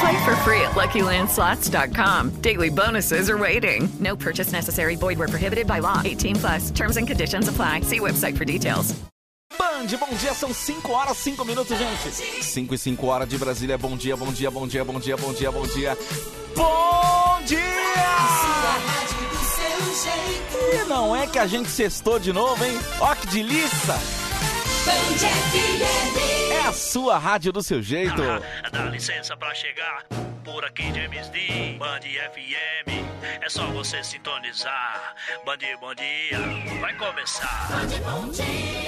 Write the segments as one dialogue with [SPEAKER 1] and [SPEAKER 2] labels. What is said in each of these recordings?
[SPEAKER 1] Play for free at LuckyLandSlots.com. Daily bonuses are waiting. No purchase necessary. Void where prohibited by law. 18 plus. Terms and conditions apply. See website for details.
[SPEAKER 2] Band, bom dia, são 5 horas, 5 minutos, gente. 5 e 5 horas de Brasília. Bom dia, bom dia, bom dia, bom dia, bom dia, bom dia. Bom dia! E não é que a gente sextou de novo, hein? Ó que delícia! É a sua rádio do seu jeito.
[SPEAKER 3] Ah, Dá licença pra chegar por aqui, James Dean, Band FM. É só você sintonizar. Band, bom dia, vai começar.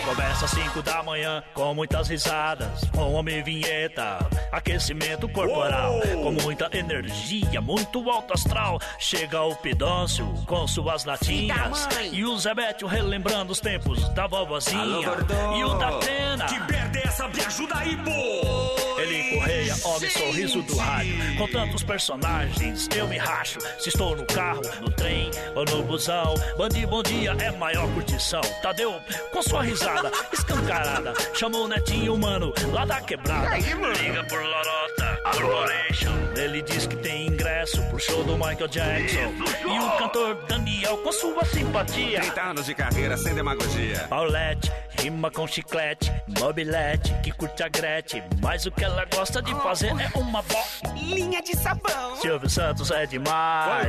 [SPEAKER 3] Começa às 5 da manhã com muitas risadas, com homem vinheta, aquecimento corporal, com muita energia, muito alto astral. Chega o Pidócio com suas latinhas e o Zebetio relembrando os tempos da vovozinha e o da Atena. Que perde essa, me ajuda aí, pô! Ele correia, homem, sorriso do rádio. Com tantos personagens, eu me racho. Se estou no carro, no trem ou no busão. Bandi, bom dia, é maior curtição. Tadeu, com sua risada escancarada, chamou o netinho, mano, lá da quebrada. Liga por Lorota, Corporation. Ele diz que tem ingresso pro show do Michael Jackson. E o cantor Daniel, com sua simpatia.
[SPEAKER 4] 30 anos de carreira sem demagogia.
[SPEAKER 3] Paulette, rima com chiclete, mobilete, que curte a Gretchen. Mas o que ela gosta de fazer é uma bolinha de sabão. Silvio Santos é demais.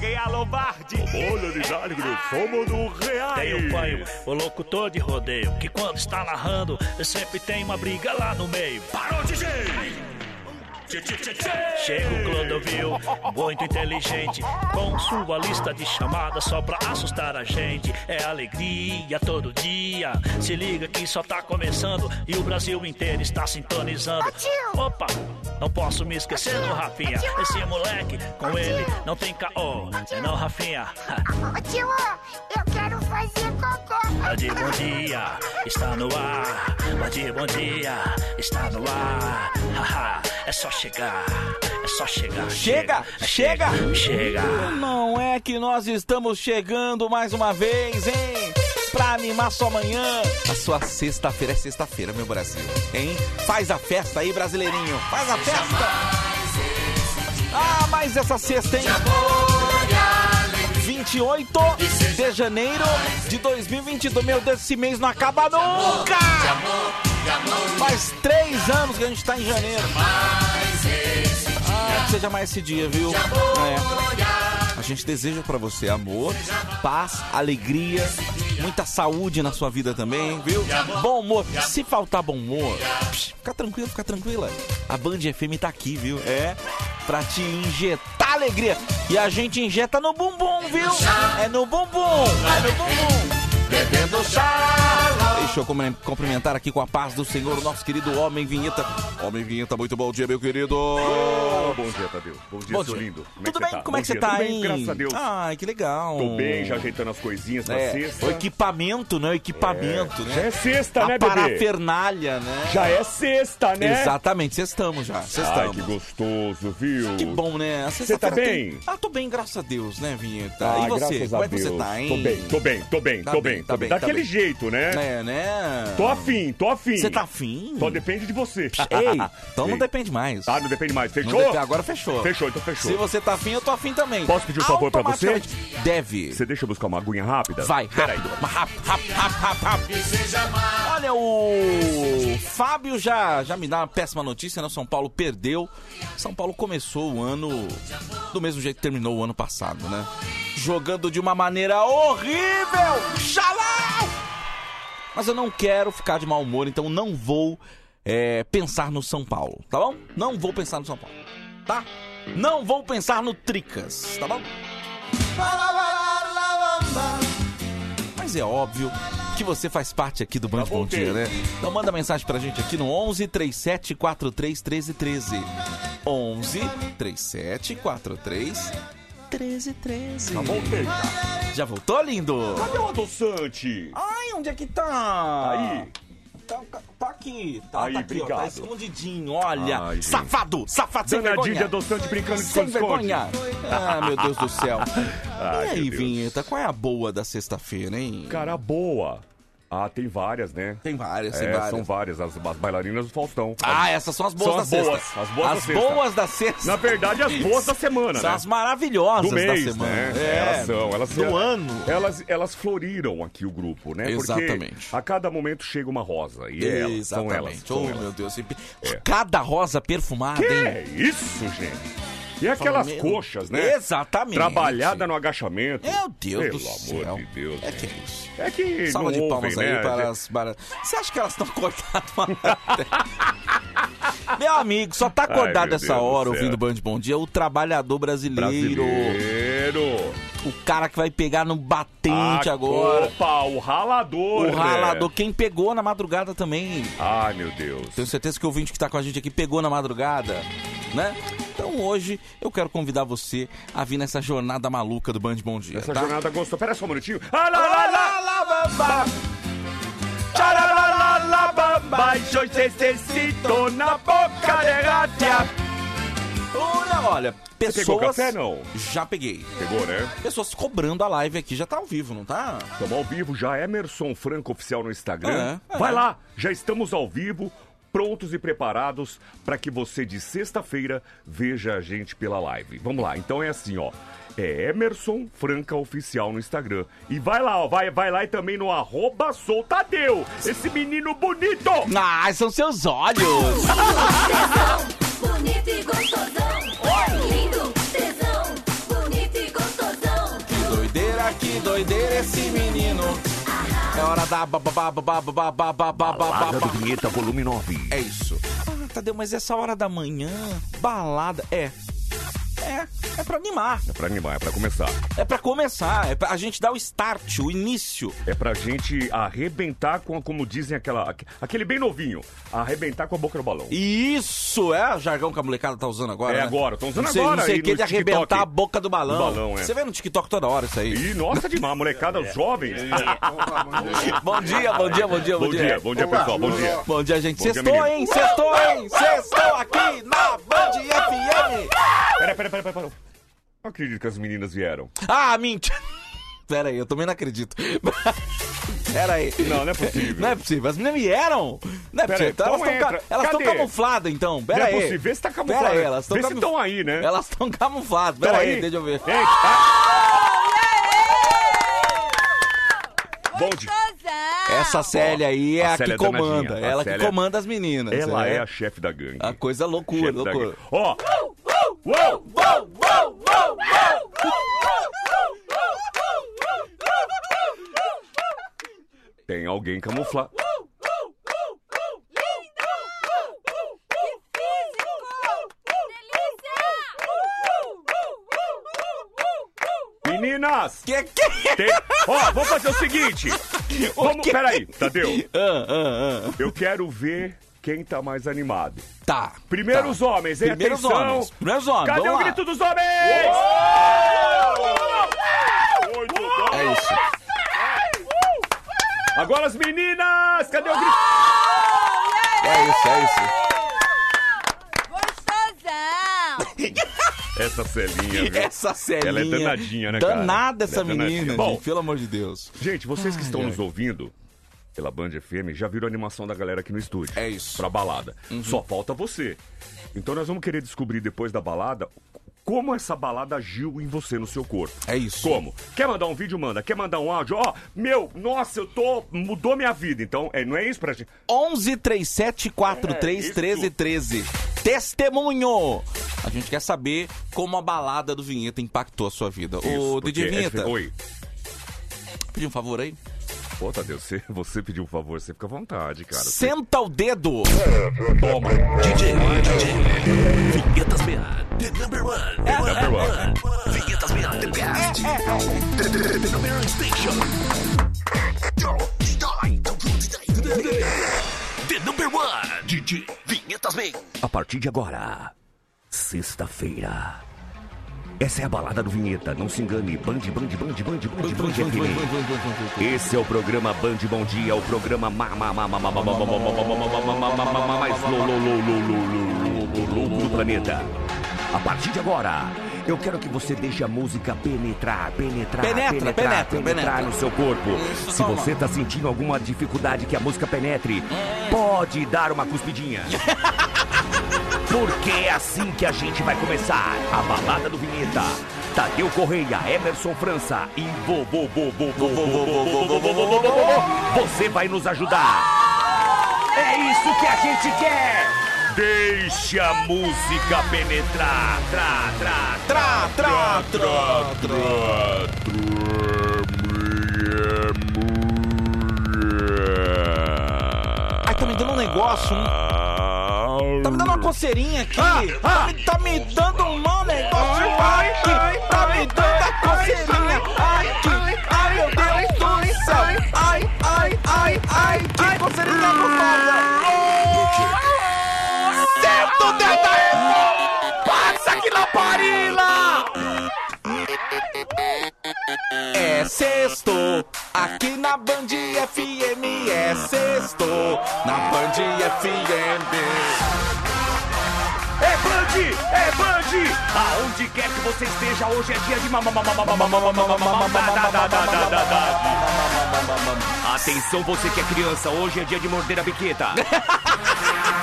[SPEAKER 4] ganhar Lombardi. Olha, Lisandro, somos do Real.
[SPEAKER 3] Tem o Panho, o locutor de rodeio, que quando está narrando, sempre tem uma briga lá no meio.
[SPEAKER 4] Parou, DJ! Tchê, tchê, tchê, tchê.
[SPEAKER 3] Chega o Clodovil, muito inteligente, com sua lista de chamadas só pra assustar a gente. É alegria todo dia. Se liga que só tá começando e o Brasil inteiro está sintonizando. Opa, não posso me esquecer do Rafinha. Esse moleque, com ele, não tem caô. É não, Rafinha.
[SPEAKER 5] Tio, eu quero fazer cocô.
[SPEAKER 3] Bande bom dia, está no ar. Bande bom dia, está no ar. Haha, é só chegar, é só chegar. É
[SPEAKER 2] Chega, chega.
[SPEAKER 3] chega. chega.
[SPEAKER 2] Não é que nós estamos chegando mais uma vez, hein? Pra animar sua manhã. A sua sexta-feira é sexta-feira, meu Brasil. Hein? Faz a festa aí, brasileirinho. Faz a festa. Ah, mas essa sexta, hein? 28 de janeiro de 2022. Meu Deus, esse mês não acaba nunca! Faz três anos que a gente tá em janeiro. Ah, que seja mais esse dia, viu? É. A gente deseja pra você amor, paz, alegria, muita saúde na sua vida também, viu? Bom humor. Se faltar bom humor, psh, fica tranquilo, fica tranquila. A Band FM tá aqui, viu? É. Pra te injetar alegria. E a gente injeta no bumbum, viu? É no bumbum, é no bumbum. Deixa eu cum- cumprimentar aqui com a paz do Senhor, o nosso querido Homem Vinheta. Homem Vinheta, muito bom dia, meu querido.
[SPEAKER 6] Bom dia, Tadeu. Bom dia,
[SPEAKER 2] Bom
[SPEAKER 6] seu
[SPEAKER 2] dia.
[SPEAKER 6] lindo.
[SPEAKER 2] Tudo bem? Como é que você
[SPEAKER 6] Bom dia.
[SPEAKER 2] tá,
[SPEAKER 6] Tudo bem,
[SPEAKER 2] hein?
[SPEAKER 6] graças a Deus.
[SPEAKER 2] Ai, que legal.
[SPEAKER 6] Tô bem, já ajeitando as coisinhas pra
[SPEAKER 2] É,
[SPEAKER 6] sexta.
[SPEAKER 2] o equipamento, né? O equipamento, né?
[SPEAKER 6] Já é sexta,
[SPEAKER 2] a
[SPEAKER 6] né, bebê?
[SPEAKER 2] parafernália, né?
[SPEAKER 6] Já é sexta, né?
[SPEAKER 2] Exatamente, sextamos já.
[SPEAKER 6] Ai,
[SPEAKER 2] Sextamos.
[SPEAKER 6] que gostoso, viu?
[SPEAKER 2] Que bom, né? A
[SPEAKER 6] Você tá
[SPEAKER 2] sexta-feira
[SPEAKER 6] bem?
[SPEAKER 2] tem- Ah, tô bem, graças a Deus, né, Vinheta?
[SPEAKER 6] Ah,
[SPEAKER 2] e você?
[SPEAKER 6] graças
[SPEAKER 2] Como
[SPEAKER 6] a
[SPEAKER 2] é que você
[SPEAKER 6] Deus.
[SPEAKER 2] tá, hein?
[SPEAKER 6] Tô bem, tô bem, tô bem,
[SPEAKER 2] Tá
[SPEAKER 6] tô
[SPEAKER 2] bem,
[SPEAKER 6] bem,
[SPEAKER 2] tá
[SPEAKER 6] tô bem.
[SPEAKER 2] bem, tá
[SPEAKER 6] Daquele
[SPEAKER 2] bem.
[SPEAKER 6] jeito, né?
[SPEAKER 2] É, né?
[SPEAKER 6] Tô afim, tô afim.
[SPEAKER 2] Você tá afim?
[SPEAKER 6] Só depende de você.
[SPEAKER 2] Ei, então não
[SPEAKER 6] Ei.
[SPEAKER 2] depende mais.
[SPEAKER 6] Ah, não depende mais.
[SPEAKER 2] Não
[SPEAKER 6] Fechou?
[SPEAKER 2] depende- Agora fechou.
[SPEAKER 6] Fechou, então fechou.
[SPEAKER 2] Se você tá afim, eu tô afim também.
[SPEAKER 6] Posso pedir um favor pra você?
[SPEAKER 2] Automaticamente. Deve.
[SPEAKER 6] Você deixa eu buscar uma aguinha rápida?
[SPEAKER 2] Vai,
[SPEAKER 6] Peraí.
[SPEAKER 2] rápido, mas rápido, rápido, rápido, rápido, rápido. Olha, o Fábio já, já me dá uma péssima notícia, né? O São Paulo perdeu. São Paulo começou o ano do mesmo jeito que terminou o ano passado, né? Jogando de uma maneira horrível! Xalau! Mas eu não quero ficar de mau humor, então não vou é, pensar no São Paulo, tá bom? Não vou pensar no São Paulo, tá? Não vou pensar no Tricas, tá bom? Mas é óbvio que você faz parte aqui do Band Bom Dia, né? Então manda mensagem pra gente aqui no 11 37 43 13 13. 11 37 43 13 13.
[SPEAKER 3] Já voltei,
[SPEAKER 2] Já voltou, lindo?
[SPEAKER 3] Cadê o um adoçante?
[SPEAKER 2] Ai, onde é que tá?
[SPEAKER 3] Aí.
[SPEAKER 2] Tá, tá aqui, tá,
[SPEAKER 3] Aí,
[SPEAKER 2] tá aqui, ó,
[SPEAKER 3] obrigado.
[SPEAKER 2] tá escondidinho, olha.
[SPEAKER 3] Ai, gente.
[SPEAKER 2] safado, safado, sem
[SPEAKER 3] Danadinho
[SPEAKER 2] vergonha.
[SPEAKER 3] de adoçante brincando de
[SPEAKER 2] Sem
[SPEAKER 3] esconde
[SPEAKER 2] vergonha. Ah, meu Deus do céu.
[SPEAKER 3] Ai,
[SPEAKER 2] e aí,
[SPEAKER 3] meu Deus.
[SPEAKER 2] Vinheta, qual é a boa da sexta-feira, hein?
[SPEAKER 3] Cara, boa. Ah, tem várias, né?
[SPEAKER 2] Tem várias, tem
[SPEAKER 3] É,
[SPEAKER 2] várias.
[SPEAKER 3] são várias. As, as bailarinas do Faustão.
[SPEAKER 2] Ah, essas são as boas
[SPEAKER 3] São
[SPEAKER 2] da
[SPEAKER 3] as
[SPEAKER 2] sexta.
[SPEAKER 3] boas, as boas da sexta.
[SPEAKER 2] boas da sexta.
[SPEAKER 3] Na verdade, as boas da semana,
[SPEAKER 2] São
[SPEAKER 3] né?
[SPEAKER 2] as maravilhosas
[SPEAKER 3] do mês,
[SPEAKER 2] da semana.
[SPEAKER 3] né?
[SPEAKER 2] É,
[SPEAKER 3] Elas são, elas
[SPEAKER 2] do ano.
[SPEAKER 3] Elas, elas floriram aqui o grupo, né?
[SPEAKER 2] Exatamente.
[SPEAKER 3] Porque a cada momento chega uma rosa. E é elas, são elas.
[SPEAKER 2] Exatamente.
[SPEAKER 3] são
[SPEAKER 2] Oh,
[SPEAKER 3] elas.
[SPEAKER 2] meu Deus. e-
[SPEAKER 3] É.
[SPEAKER 2] Cada rosa perfumada,
[SPEAKER 3] Que
[SPEAKER 2] hein?
[SPEAKER 3] é isso, gente? E aquelas
[SPEAKER 2] Fala, um meu-
[SPEAKER 3] coxas, né?
[SPEAKER 2] Exatamente.
[SPEAKER 3] Trabalhada no agachamento.
[SPEAKER 2] Meu Deus
[SPEAKER 3] Pelo
[SPEAKER 2] do
[SPEAKER 3] amor
[SPEAKER 2] céu.
[SPEAKER 3] de Deus.
[SPEAKER 2] É que é isso.
[SPEAKER 3] É que
[SPEAKER 2] Salva
[SPEAKER 3] não
[SPEAKER 2] de
[SPEAKER 3] ouvem,
[SPEAKER 2] palmas aí
[SPEAKER 3] né?
[SPEAKER 2] para
[SPEAKER 3] Gente,
[SPEAKER 2] as bara- Você acha que elas estão acordadas? Meu amigo, só tá
[SPEAKER 3] Ai,
[SPEAKER 2] acordado
[SPEAKER 3] meu
[SPEAKER 2] essa
[SPEAKER 3] Deus do
[SPEAKER 2] hora
[SPEAKER 3] céu.
[SPEAKER 2] ouvindo Band Bom Dia o trabalhador brasileiro,
[SPEAKER 3] Brasileiro.
[SPEAKER 2] o cara que vai pegar no batente
[SPEAKER 3] A
[SPEAKER 2] agora,
[SPEAKER 3] Copa, o
[SPEAKER 2] o
[SPEAKER 3] ralador. né?
[SPEAKER 2] ralador, quem pegou na madrugada também.
[SPEAKER 3] Ai, meu Deus.
[SPEAKER 2] Tenho certeza que o ouvinte que tá com a gente aqui pegou na madrugada, né? Então hoje eu quero convidar você a vir nessa jornada maluca do Band Bom Dia,
[SPEAKER 3] Essa
[SPEAKER 2] tá?
[SPEAKER 3] jornada gostou. Pera só um minutinho. Ah, lá, lá, lá.
[SPEAKER 2] Lalalabamba.
[SPEAKER 3] Tcharalalabamba, yo necesito na boca de gatia.
[SPEAKER 2] Olha, olha, pessoas...
[SPEAKER 3] pegou café, não?
[SPEAKER 2] Já peguei.
[SPEAKER 3] Pegou, né?
[SPEAKER 2] Pessoas cobrando a live aqui, já tá ao vivo, não tá?
[SPEAKER 3] Estamos ao vivo já, é Emerson Franco Oficial no Instagram.
[SPEAKER 2] É, é.
[SPEAKER 3] Vai lá, já estamos ao vivo, prontos e preparados para que você de sexta-feira veja a gente pela live. Vamos lá, então é assim, ó. É Emerson Franca Oficial no Instagram. E vai lá, ó, vai, vai lá e também no arroba soltadeu. Esse menino bonito!
[SPEAKER 2] Ah, são seus olhos!
[SPEAKER 5] Bonito e gostosão. Lindo, tesão. Bonito e gostosão.
[SPEAKER 2] Que doideira, que doideira esse menino! É hora da
[SPEAKER 3] Balada do
[SPEAKER 2] bababababababababababá.
[SPEAKER 3] Vinheta, volume 9.
[SPEAKER 2] É isso. Ah, Tadeu, mas essa hora da manhã, balada, é. É, é pra animar,
[SPEAKER 3] Pra animar, é pra começar.
[SPEAKER 2] é pra começar, é pra a gente dar o start, o início.
[SPEAKER 3] É pra gente arrebentar com, como dizem aquela, aque- aquele bem novinho, arrebentar com a boca do balão.
[SPEAKER 2] Isso, é o jargão que a molecada tá usando agora.
[SPEAKER 3] É
[SPEAKER 2] né?
[SPEAKER 3] agora, tão usando
[SPEAKER 2] não sei,
[SPEAKER 3] agora
[SPEAKER 2] Não sei
[SPEAKER 3] aí
[SPEAKER 2] o que é
[SPEAKER 3] no
[SPEAKER 2] de
[SPEAKER 3] TikTok.
[SPEAKER 2] arrebentar a boca do balão.
[SPEAKER 3] Do balão, é.
[SPEAKER 2] Você vê no TikTok toda hora isso aí.
[SPEAKER 3] E nossa demais, molecada, os jovens.
[SPEAKER 2] Bom dia, bom dia, bom dia, bom,
[SPEAKER 3] bom dia, bom dia, pessoal, bom dia.
[SPEAKER 2] Bom dia, gente.
[SPEAKER 3] Bom dia,
[SPEAKER 2] Sextou,
[SPEAKER 3] menino.
[SPEAKER 2] hein? Sextou, hein? Sextou aqui na Band FM.
[SPEAKER 3] Pera, pera, pera, pera, pera. Não acredito que as meninas vieram.
[SPEAKER 2] Ah, mentira. Pera aí, eu também não acredito. Pera aí.
[SPEAKER 3] Não, não
[SPEAKER 6] né,
[SPEAKER 3] é possível.
[SPEAKER 2] Não é possível. As meninas vieram. Não é
[SPEAKER 3] Pera
[SPEAKER 2] possível.
[SPEAKER 3] aí,
[SPEAKER 2] Então elas
[SPEAKER 3] então
[SPEAKER 2] tão ca-
[SPEAKER 3] entra.
[SPEAKER 2] elas estão
[SPEAKER 3] Cadê?
[SPEAKER 2] camufladas, então. Pera
[SPEAKER 3] Não é
[SPEAKER 2] aí.
[SPEAKER 3] possível, vê se tá camuflado.
[SPEAKER 2] Pera aí, elas estão
[SPEAKER 3] Vê se tão aí, né?
[SPEAKER 2] Elas estão camufladas.
[SPEAKER 3] Tão
[SPEAKER 2] Pera aí,
[SPEAKER 3] aí?
[SPEAKER 2] deixa eu ver. Ah!
[SPEAKER 3] Ei, tá- Bom dia.
[SPEAKER 2] Essa Célia aí é
[SPEAKER 3] Ah, a
[SPEAKER 2] a,
[SPEAKER 3] Célia
[SPEAKER 2] que
[SPEAKER 3] é danadinha.
[SPEAKER 2] comanda.
[SPEAKER 3] A
[SPEAKER 2] Ela que
[SPEAKER 3] Célia- é
[SPEAKER 2] comanda as meninas.
[SPEAKER 3] Ela
[SPEAKER 2] né?
[SPEAKER 3] é a chefe da gangue.
[SPEAKER 2] A coisa loucura,
[SPEAKER 3] Chefe da
[SPEAKER 2] loucura.
[SPEAKER 3] gangue. Ó. Uou! Tem alguém camuflado. Meninas!
[SPEAKER 2] Que que?
[SPEAKER 3] Tem... Ó, vamos fazer o seguinte. Vamos, peraí, Tadeu.
[SPEAKER 2] Ah, ah, ah.
[SPEAKER 3] Eu quero ver quem tá mais animado.
[SPEAKER 2] Tá.
[SPEAKER 3] Primeiro
[SPEAKER 2] tá.
[SPEAKER 3] os homens, é hein?
[SPEAKER 2] Primeiros
[SPEAKER 3] Atenção.
[SPEAKER 2] homens. Primeiros homens.
[SPEAKER 3] Cadê
[SPEAKER 2] vamos
[SPEAKER 3] o
[SPEAKER 2] lá. É
[SPEAKER 3] grito dos homens? Muito bom.
[SPEAKER 2] É isso.
[SPEAKER 3] Agora as meninas! Cadê o grito?
[SPEAKER 7] Oh,
[SPEAKER 2] É isso, é isso.
[SPEAKER 3] Essa celinha, viu?
[SPEAKER 2] Essa Celinha.
[SPEAKER 3] Ela é danadinha, né, cara?
[SPEAKER 2] Danada essa
[SPEAKER 3] Ela é danadinha.
[SPEAKER 2] menina,
[SPEAKER 3] Bom.
[SPEAKER 2] gente, pelo amor de Deus.
[SPEAKER 3] Gente, vocês que estão
[SPEAKER 2] Ai,
[SPEAKER 3] nos ouvindo pela Band FM já viram a animação da galera aqui no estúdio.
[SPEAKER 2] É isso.
[SPEAKER 3] Pra balada. Só falta você. Então nós vamos querer descobrir depois da balada como essa balada agiu em você, no seu corpo.
[SPEAKER 2] É isso.
[SPEAKER 3] Como? Quer mandar um vídeo? Manda. Quer mandar um áudio? Ó, meu, nossa, eu tô. mudou minha vida. Então, é, não é isso pra gente.
[SPEAKER 2] 11 37 43 13 13. Testemunho! A gente quer saber como a balada do Vinheta impactou a sua vida.
[SPEAKER 3] Isso,
[SPEAKER 2] Ô, DJ
[SPEAKER 3] porque é
[SPEAKER 2] Vinheta,
[SPEAKER 3] difer- Oi.
[SPEAKER 2] pedir um favor aí.
[SPEAKER 6] Pô, Tadeu, você, você pediu um favor, você fica à vontade, cara.
[SPEAKER 2] Senta o dedo!
[SPEAKER 3] É.
[SPEAKER 6] Toma!
[SPEAKER 8] DJ, DJ. Vinhetas BA, the number one.
[SPEAKER 3] É,
[SPEAKER 6] The number one.
[SPEAKER 8] Vinhetas BA, the best. The, the, the, the number one station. The number one. DJ, Vinhetas BA.
[SPEAKER 3] A partir de agora, sexta-feira. Essa é a balada do Vinheta, não se engane. Band, band, band, band, band, band, FM. Esse é o programa Band Bom Dia, o programa ma- ma- ma- ma- ma- ma- ma- ma- ma- ma- ma- ma- ma- ma- ma- ma- ma- mais lou- lou- lou- lou- lou- lou- lou- louco do planeta. A partir de agora, eu quero que você deixe a música penetrar, penetrar,
[SPEAKER 2] Penetra,
[SPEAKER 3] penetrar,
[SPEAKER 2] penetra, penetra.
[SPEAKER 3] penetrar no seu corpo.
[SPEAKER 2] Isso,
[SPEAKER 3] Se
[SPEAKER 2] toma.
[SPEAKER 3] você tá sentindo alguma dificuldade que a música penetre, pode dar uma cuspidinha. Porque é assim que a gente vai começar a balada do Vinheta. Tadeu Correia, Emerson França e vovô, vovô, vovô, vovô, vovô, vovô, vovô, vovô, vovô. Você vai nos ajudar. É isso que a gente quer. Deixe a música penetrar. Tra, tra, tra, tra, tra, tra,
[SPEAKER 2] Ai, tá me dando um negócio, um... Tá me dando uma coceirinha aqui. tá, me, tá me dando um mau negócio aqui. tá me dando a coceirinha aqui. Ai, meu Deus do céu. Ai, ai, ai, ai. Que tá coceirinha gostosa. Senta o dedo aí, pô. Passa aqui na parila. É sexto, aqui na Band FM é sexto, na Band FM.
[SPEAKER 3] É Band, é Band. Aonde quer que você esteja, hoje é dia de mamamamamamamamamamamamamamamamamamamamamamamamamamamamamamamamamamamamamamamamamamamamamamamamamamamamamamamamamamamamamamamamamamamamam Atenção você que é criança, hoje é dia de morder a biqueta.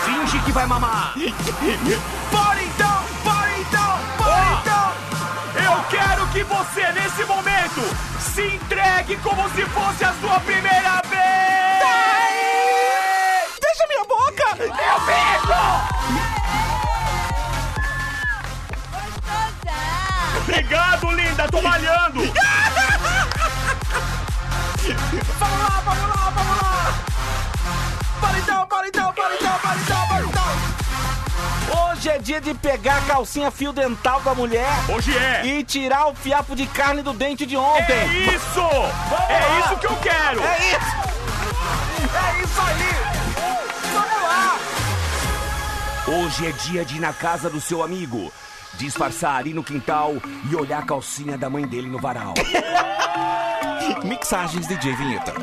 [SPEAKER 3] Finge que vai mamar. Bora então, bora então, bora então. Eu quero que você, nesse momento, se entregue como se fosse a sua primeira vez.
[SPEAKER 2] Deixa minha boca!
[SPEAKER 3] Meu beijo! Obrigado, linda, tô malhando.
[SPEAKER 2] Vamos lá, vamos lá, vamos lá! então, Paredão, paredão, paredão, paredão, paredão! então, Hoje é dia de pegar a calcinha fio dental da mulher
[SPEAKER 3] Hoje é.
[SPEAKER 2] e tirar o fiapo de carne do dente de ontem.
[SPEAKER 3] É isso!
[SPEAKER 2] lá.
[SPEAKER 3] É isso que eu quero!
[SPEAKER 2] É isso! É isso aí! Vamos lá!
[SPEAKER 3] Hoje é dia de ir na casa do seu amigo, disfarçar ir no quintal e olhar a calcinha da mãe dele no varal.
[SPEAKER 2] Mixagens DJ Vinheta.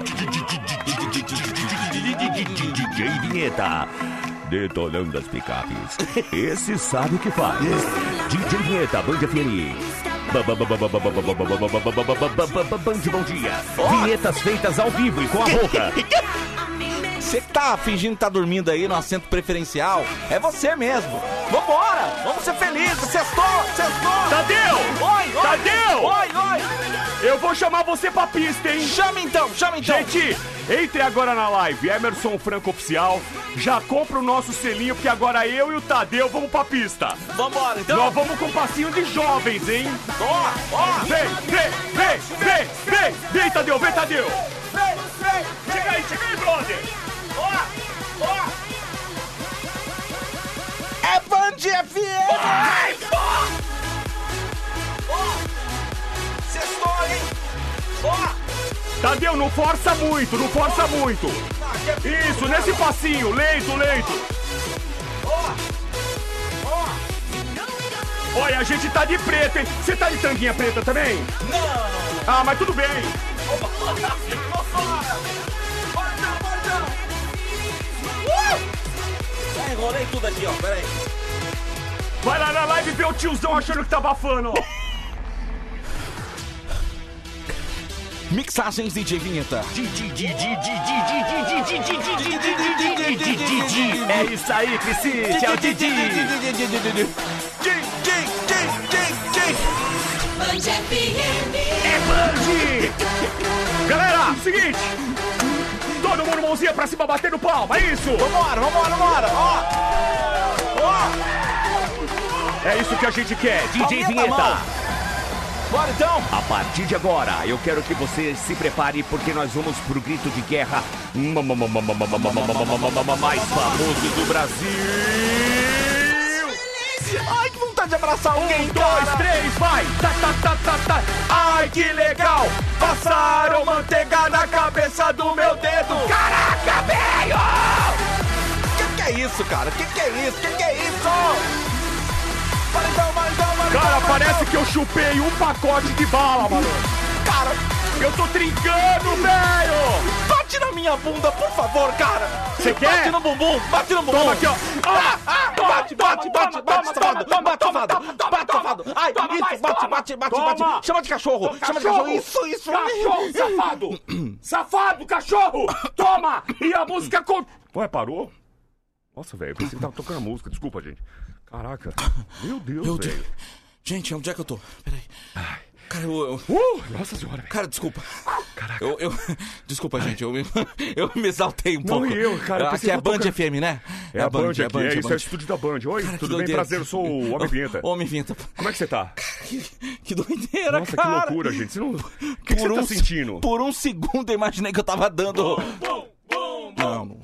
[SPEAKER 3] DJ Vinheta, detonando as picapes. Esse sabe o que faz. DJ Vinheta, Band FM. Band Bom Dia. Vinhetas feitas ao vivo e com a boca.
[SPEAKER 2] Você que tá fingindo que tá dormindo aí no assento preferencial, é você mesmo. Vambora! Vamos ser felizes! Sextou! Sextou!
[SPEAKER 3] Tadeu!
[SPEAKER 2] Oi, oi!
[SPEAKER 3] Tá Tadeu!
[SPEAKER 2] Oi, oi!
[SPEAKER 6] Eu vou chamar você pra pista, hein?
[SPEAKER 2] Chama então, chama então!
[SPEAKER 6] Gente, entre agora na live, Emerson Franco Oficial. Já compra o nosso selinho, porque agora eu e o Tadeu vamos pra pista.
[SPEAKER 2] Vambora, então!
[SPEAKER 6] Nós vamos com um passinho de jovens, hein?
[SPEAKER 2] Ó, ó!
[SPEAKER 6] Vem, vem, vem, vem, vem! Vem, Tadeu, vem, Tadeu! Vem, vem! Chega aí, chega aí, brother! Ó, ó!
[SPEAKER 2] É Band FM!
[SPEAKER 6] Ai, ó!
[SPEAKER 2] Sextou, hein? Ó!
[SPEAKER 6] Tadeu, não força muito, não força muito! Isso, nesse passinho, leito, leito! Olha, a gente tá de preto, hein? Você tá de tanguinha preta também?
[SPEAKER 2] Não!
[SPEAKER 6] Ah, mas tudo bem!
[SPEAKER 2] Vambora! Bora então, bora então! Uh! Enrolei tudo aqui, ó, peraí.
[SPEAKER 6] Vai lá na live ver o tiozão achando que tá abafando, ó!
[SPEAKER 2] Mixagens DJ Vinheta.
[SPEAKER 3] É isso aí,
[SPEAKER 6] é
[SPEAKER 3] Crissi! Tchau, Didi!
[SPEAKER 5] Band FM.
[SPEAKER 6] É Band! Galera, seguinte! Todo mundo mãozinha pra cima, batendo palma, é isso!
[SPEAKER 2] Vambora, vambora, vambora! Ó! Ó!
[SPEAKER 6] É isso que a gente quer!
[SPEAKER 3] DJ
[SPEAKER 2] Aumenta a
[SPEAKER 3] Vinheta!
[SPEAKER 2] mão. Bora então!
[SPEAKER 9] A partir de agora, eu quero que você se prepare porque nós vamos pro grito de guerra ma- ma- ma- ma- ma- ma- ma- ma- ma- ma- ma- ma- ma- mais famoso do Brasil.
[SPEAKER 2] Ai, que vontade de abraçar alguém,
[SPEAKER 9] Um, dois,
[SPEAKER 2] cara.
[SPEAKER 9] três, vai! Tá, tá, tá, tá, tá. Ai, que legal! Passaram manteiga na cabeça do meu dedo. Caraca, velho!
[SPEAKER 2] Que que é isso, cara? Que que é isso? Que que é isso? Bora então, bora então, bora
[SPEAKER 9] Cara,
[SPEAKER 2] então, bora
[SPEAKER 9] parece
[SPEAKER 2] então.
[SPEAKER 9] que eu chupei um pacote de bala, mano.
[SPEAKER 2] Cara,
[SPEAKER 9] Eu tô trincando, velho!
[SPEAKER 2] bate na minha bunda, por favor, cara!
[SPEAKER 9] Você
[SPEAKER 2] Bate
[SPEAKER 9] quer?
[SPEAKER 2] no bumbum, bate no bumbum!
[SPEAKER 9] Toma aqui, ó.
[SPEAKER 2] Ah, ah, bate, bate, bate, bate, safado! Bate, safado! Bate, safado! Ai, isso, bate, bate, bate,
[SPEAKER 9] Toma.
[SPEAKER 2] bate! Chama de cachorro! Chama de cachorro! Isso, isso!
[SPEAKER 9] Cachorro, safado! safado, cachorro! Toma! E a música con...
[SPEAKER 6] Ué, é, parou? Nossa, velho, eu pensei que tava tocando a música. Desculpa, gente. Caraca. Meu
[SPEAKER 2] Meu
[SPEAKER 6] Deus,
[SPEAKER 2] Deus.
[SPEAKER 6] velho.
[SPEAKER 2] Gente, onde é que eu tô? Peraí. Cara, eu. eu-
[SPEAKER 6] Uh, nossa senhora, velho.
[SPEAKER 2] Cara, desculpa. Eu, eu- desculpa, gente. Eu me, eu me exaltei um
[SPEAKER 6] Não,
[SPEAKER 2] pouco.
[SPEAKER 6] e eu, cara, eu
[SPEAKER 2] Aqui
[SPEAKER 6] pensei
[SPEAKER 2] é
[SPEAKER 6] que
[SPEAKER 2] a
[SPEAKER 6] eu tô
[SPEAKER 2] Band
[SPEAKER 6] can-
[SPEAKER 2] FM, né?
[SPEAKER 6] É a Band aqui, é
[SPEAKER 2] a
[SPEAKER 6] isso, é o estúdio da Band. Oi,
[SPEAKER 2] Cara, que
[SPEAKER 6] tudo bem?
[SPEAKER 2] doideira.
[SPEAKER 6] Prazer, eu sou o Homem Vinheta.
[SPEAKER 2] Homem Vinheta.
[SPEAKER 6] Como é que você tá?
[SPEAKER 2] Que doideira,
[SPEAKER 6] Nossa, que
[SPEAKER 2] cara.
[SPEAKER 6] loucura, gente. Você não... O que, que você tá
[SPEAKER 2] um,
[SPEAKER 6] sentindo?
[SPEAKER 2] por um segundo eu imaginei que eu tava dando. Não.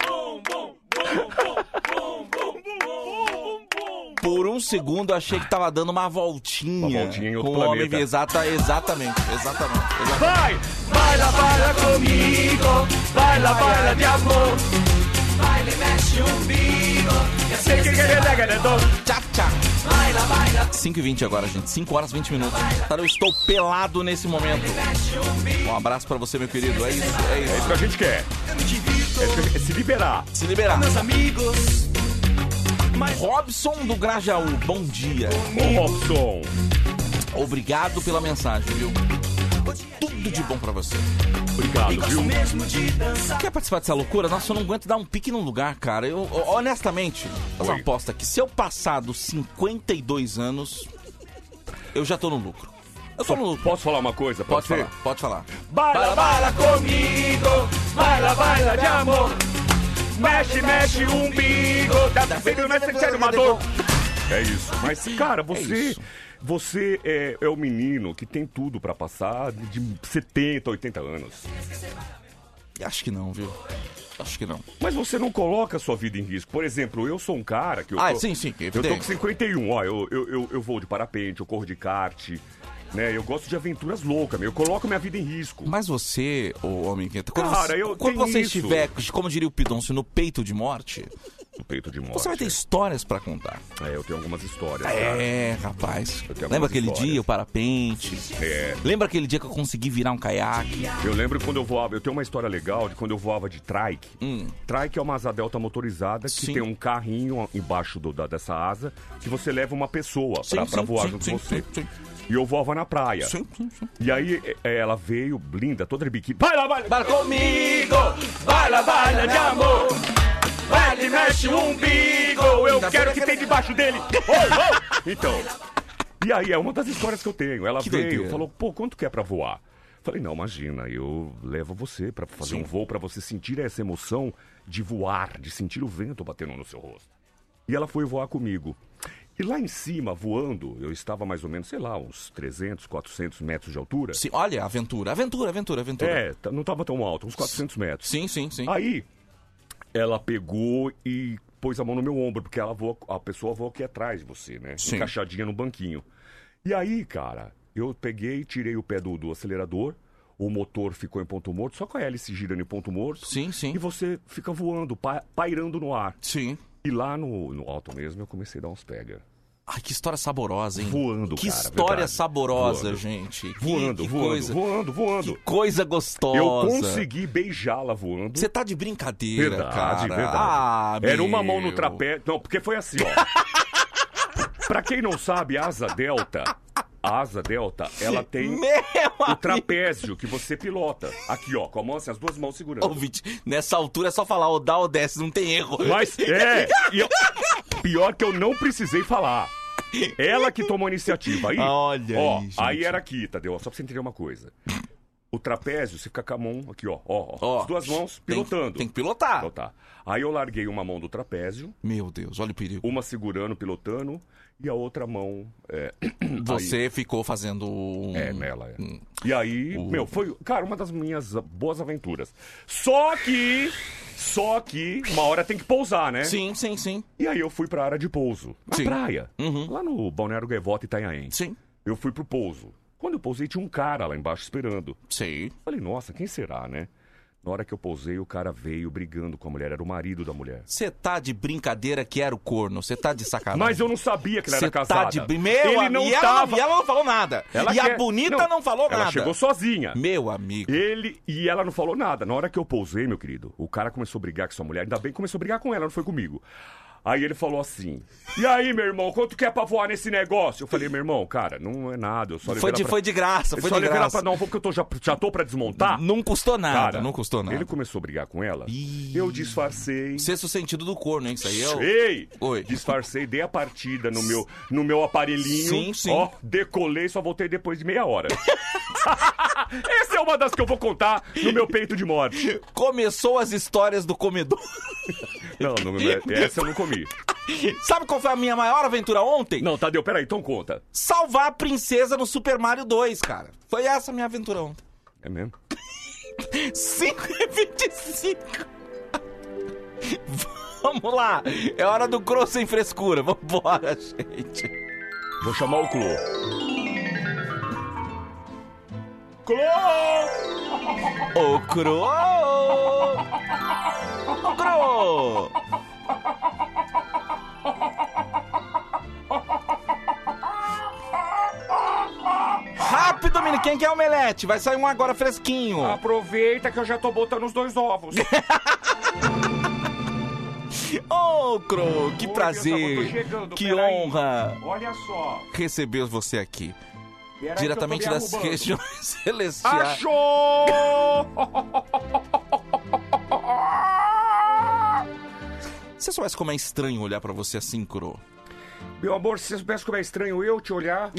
[SPEAKER 2] Por um segundo eu achei que tava dando uma voltinha.
[SPEAKER 6] Uma voltinha em outro
[SPEAKER 2] com o homem
[SPEAKER 6] planeta.
[SPEAKER 2] exata, exatamente, exatamente, exatamente.
[SPEAKER 9] Vai! Baila, baila comigo! Baila, baila de amor! Baile, mexe o umbigo! Eu sei que querer é ganador!
[SPEAKER 2] Tchau, tchau. 5 e 20 agora, gente. 5 horas e 20 minutos. Cara, eu estou pelado nesse momento. Um abraço pra você, meu querido. É isso, é
[SPEAKER 6] É isso
[SPEAKER 2] isso.
[SPEAKER 6] que a gente quer. É isso que a gente- é se liberar.
[SPEAKER 2] Se liberar. Robson do Grajaú, bom dia.
[SPEAKER 6] Ô, Robson.
[SPEAKER 2] Obrigado pela mensagem, viu? Tudo de bom pra você.
[SPEAKER 6] Obrigado, viu?
[SPEAKER 2] Quer participar dessa loucura? Nossa, eu não aguento dar um pique num lugar, cara. Eu, eu- honestamente, vou fazer uma
[SPEAKER 6] Oi.
[SPEAKER 2] aposta aqui. Se eu passar dos 52 anos, eu já tô no lucro. Eu tô no lucro.
[SPEAKER 6] Posso falar uma coisa?
[SPEAKER 2] Pode
[SPEAKER 6] ser?
[SPEAKER 2] falar, pode falar.
[SPEAKER 9] Baila, baila comigo, baila, baila de amor. Mexe, mexe o umbigo,
[SPEAKER 6] Tá
[SPEAKER 2] Tá
[SPEAKER 9] dá sempre mais sentir uma dor.
[SPEAKER 6] É isso. Mas, cara, você.
[SPEAKER 2] isso.
[SPEAKER 6] você é, é o menino que tem tudo pra passar de 70, 80 anos.
[SPEAKER 2] Acho que não, viu? Acho que não.
[SPEAKER 6] Mas você não coloca a sua vida em risco. Por exemplo, eu sou um cara que eu
[SPEAKER 2] Ah,
[SPEAKER 6] tô,
[SPEAKER 2] sim, sim,
[SPEAKER 6] Eu tô com
[SPEAKER 2] evidente.
[SPEAKER 6] 51, ó, eu, eu, eu, eu vou de parapente, eu corro de kart, né? Eu gosto de aventuras loucas, meu. Eu coloco minha vida em risco.
[SPEAKER 2] Mas você, ô homem que quando
[SPEAKER 6] Cara,
[SPEAKER 2] você,
[SPEAKER 6] eu
[SPEAKER 2] quando
[SPEAKER 6] tenho
[SPEAKER 2] você
[SPEAKER 6] isso.
[SPEAKER 2] estiver, como diria o Pidoncio, no peito de morte,
[SPEAKER 6] No peito de morte.
[SPEAKER 2] você vai ter histórias pra contar.
[SPEAKER 6] É, eu tenho algumas histórias. cara.
[SPEAKER 2] É, rapaz.
[SPEAKER 6] tenho
[SPEAKER 2] Lembra
[SPEAKER 6] algumas
[SPEAKER 2] aquele
[SPEAKER 6] histórias.
[SPEAKER 2] dia, o parapente?
[SPEAKER 6] É.
[SPEAKER 2] Lembra aquele dia que eu consegui virar um caiaque?
[SPEAKER 6] Eu lembro quando eu voava, eu tenho uma história legal de quando eu voava de trike. Trike é uma asa delta motorizada que
[SPEAKER 2] Hum. Sim.
[SPEAKER 6] tem um carrinho embaixo do- da- dessa asa que você leva uma pessoa
[SPEAKER 2] Sim,
[SPEAKER 6] pra, pra
[SPEAKER 2] sim,
[SPEAKER 6] voar
[SPEAKER 2] sim,
[SPEAKER 6] junto
[SPEAKER 2] sim,
[SPEAKER 6] com você. É.
[SPEAKER 2] sim, sim.
[SPEAKER 6] E eu voava na praia.
[SPEAKER 2] Sim, sim, sim.
[SPEAKER 6] E aí é, ela veio linda, toda de biquíni. Vai lá, vai!
[SPEAKER 2] Para comigo,
[SPEAKER 9] Baila, baila de amor. Baile, mexe o umbigo, eu
[SPEAKER 2] Tá
[SPEAKER 9] quero que tem debaixo dele.
[SPEAKER 6] Oh, oh! Então. E aí é uma das histórias que eu tenho. Ela
[SPEAKER 2] Que
[SPEAKER 6] veio,
[SPEAKER 2] doideira.
[SPEAKER 6] falou, pô, quanto que é pra voar? Falei, não, imagina, eu levo você pra fazer um voo pra você sentir essa emoção de voar, de sentir o vento batendo no seu rosto. E ela foi voar comigo. E lá em cima, voando, eu estava mais ou menos, sei lá, uns 300, 400 metros de altura.
[SPEAKER 2] Sim, olha, aventura, aventura, aventura, aventura.
[SPEAKER 6] É, t- não estava tão alto, uns 400 metros.
[SPEAKER 2] Sim, sim, sim.
[SPEAKER 6] Aí ela pegou e pôs a mão no meu ombro, porque ela voa, a pessoa voa aqui atrás de você, né?
[SPEAKER 2] Sim.
[SPEAKER 6] Encaixadinha no banquinho. E aí, cara, eu peguei, tirei o pé do, do acelerador, o motor ficou em ponto morto, só com a hélice girando em ponto morto.
[SPEAKER 2] Sim, sim.
[SPEAKER 6] E você fica voando, pa- pairando no ar.
[SPEAKER 2] Sim.
[SPEAKER 6] E lá no, no alto mesmo eu comecei a dar uns pega.
[SPEAKER 2] Ai, que história saborosa, hein?
[SPEAKER 6] Voando,
[SPEAKER 2] Que
[SPEAKER 6] cara,
[SPEAKER 2] história
[SPEAKER 6] verdade.
[SPEAKER 2] saborosa,
[SPEAKER 6] Voando.
[SPEAKER 2] gente. Que-
[SPEAKER 6] Voando,
[SPEAKER 2] que
[SPEAKER 6] voando,
[SPEAKER 2] coisa,
[SPEAKER 6] voando, voando.
[SPEAKER 2] Que coisa gostosa.
[SPEAKER 6] Eu consegui beijá-la voando.
[SPEAKER 2] Você tá de brincadeira,
[SPEAKER 6] Verdade,
[SPEAKER 2] cara.
[SPEAKER 6] verdade.
[SPEAKER 2] Ah,
[SPEAKER 6] Era
[SPEAKER 2] meu.
[SPEAKER 6] uma mão no trapézio. Não, porque foi assim, ó. pra quem não sabe, a asa delta, a asa delta, ela tem
[SPEAKER 2] Meu
[SPEAKER 6] o trapézio que você pilota. Aqui, ó, com a mão assim, as duas mãos segurando.
[SPEAKER 2] Ouvinte, nessa altura é só falar ou dá ou desce, não tem erro.
[SPEAKER 6] Mas é, e eu- pior que eu não precisei falar. Ela que tomou a iniciativa. Aí,
[SPEAKER 2] Olha
[SPEAKER 6] ó,
[SPEAKER 2] aí, gente.
[SPEAKER 6] tá, aí era aqui, Tadeu. Só pra você entender uma coisa. o trapézio, você fica com a mão aqui, ó. ó, ó, as duas mãos pilotando. Tem, que pilotar. Aí eu larguei uma mão do trapézio.
[SPEAKER 2] Meu Deus, olha o perigo.
[SPEAKER 6] Uma segurando, pilotando, e a outra mão. é,
[SPEAKER 2] Você ficou fazendo. um-
[SPEAKER 6] É, nela, é. E aí,
[SPEAKER 2] Hum. Uhum.
[SPEAKER 6] meu, foi, cara, uma das minhas boas aventuras. Só que. Só que uma hora tem que pousar, né?
[SPEAKER 2] Sim, sim, sim.
[SPEAKER 6] E aí eu fui pra área de pouso. Na
[SPEAKER 2] Sim. Uhum.
[SPEAKER 6] praia. Lá no Balneário Gaivota Itanhaém.
[SPEAKER 2] Sim.
[SPEAKER 6] Eu fui pro pouso. Quando eu pousei, tinha um cara lá embaixo esperando.
[SPEAKER 2] Sim.
[SPEAKER 6] Falei, nossa, quem será, né? Na hora que eu pousei, o cara veio brigando com a mulher. Era o marido da mulher.
[SPEAKER 2] Você tá de brincadeira que era o corno, você tá de sacanagem.
[SPEAKER 6] Mas eu não sabia que ela
[SPEAKER 2] Cê
[SPEAKER 6] era
[SPEAKER 2] Tá
[SPEAKER 6] casada.
[SPEAKER 2] de... brin- Meu,
[SPEAKER 6] Ele
[SPEAKER 2] ami-
[SPEAKER 6] não
[SPEAKER 2] e, ela,
[SPEAKER 6] tava-
[SPEAKER 2] e ela não falou nada.
[SPEAKER 6] Ela
[SPEAKER 2] e a
[SPEAKER 6] quer-
[SPEAKER 2] bonita não,
[SPEAKER 6] Não,
[SPEAKER 2] falou
[SPEAKER 6] ela
[SPEAKER 2] nada.
[SPEAKER 6] chegou sozinha.
[SPEAKER 2] Meu amigo.
[SPEAKER 6] Ele e ela não falou nada. Na hora que eu pousei, meu querido, o cara começou a brigar com sua mulher. Ainda bem que começou a brigar com ela, não foi comigo. Aí ele falou assim: E aí, meu irmão, quanto que é pra voar nesse negócio? Eu falei, meu irmão, cara, não é nada. Eu só levei
[SPEAKER 2] Foi
[SPEAKER 6] ela
[SPEAKER 2] de-
[SPEAKER 6] pra...
[SPEAKER 2] foi de graça,
[SPEAKER 6] Eu
[SPEAKER 2] foi
[SPEAKER 6] só
[SPEAKER 2] de
[SPEAKER 6] levei ela
[SPEAKER 2] graça.
[SPEAKER 6] Pra... Não, porque eu tô, já, já tô pra desmontar.
[SPEAKER 2] Não custou nada, não custou nada.
[SPEAKER 6] Ele começou a brigar com ela. Eu disfarcei.
[SPEAKER 2] Sexto sentido do corno, hein? Isso aí é o...
[SPEAKER 6] Ei! Disfarcei, dei a partida no meu, no meu aparelhinho.
[SPEAKER 2] Sim, sim.
[SPEAKER 6] Ó, decolei, só voltei depois de meia hora. Essa é uma das que eu vou contar no meu peito de morte.
[SPEAKER 2] Começou as histórias do comedor.
[SPEAKER 6] Não, não, não, essa eu não comi.
[SPEAKER 2] Sabe qual foi a minha maior aventura ontem?
[SPEAKER 6] Não, Tadeu, peraí, então conta.
[SPEAKER 2] Salvar a princesa no Super Mario 2, cara. Foi essa a minha aventura ontem.
[SPEAKER 6] É mesmo?
[SPEAKER 2] 5 e 25. Vamos lá. É hora do Cross sem frescura. Vambora, gente.
[SPEAKER 6] Vou chamar o Clô. Clô!
[SPEAKER 2] O Cro! O Cro! Rápido, menino. Quem quer omelete? Vai sair um agora fresquinho.
[SPEAKER 6] Aproveita que eu já tô botando os dois ovos.
[SPEAKER 2] Ô, Cro, que prazer. que honra
[SPEAKER 6] Olha só.
[SPEAKER 2] receber você aqui.
[SPEAKER 6] Peraí que eu tô
[SPEAKER 2] Diretamente
[SPEAKER 6] me
[SPEAKER 2] das
[SPEAKER 6] arrumando.
[SPEAKER 2] regiões celestiais.
[SPEAKER 6] Achou!
[SPEAKER 2] Você soubesse como é estranho olhar pra você assim, Cro?
[SPEAKER 6] Meu amor, se você soubesse como é estranho eu te olhar.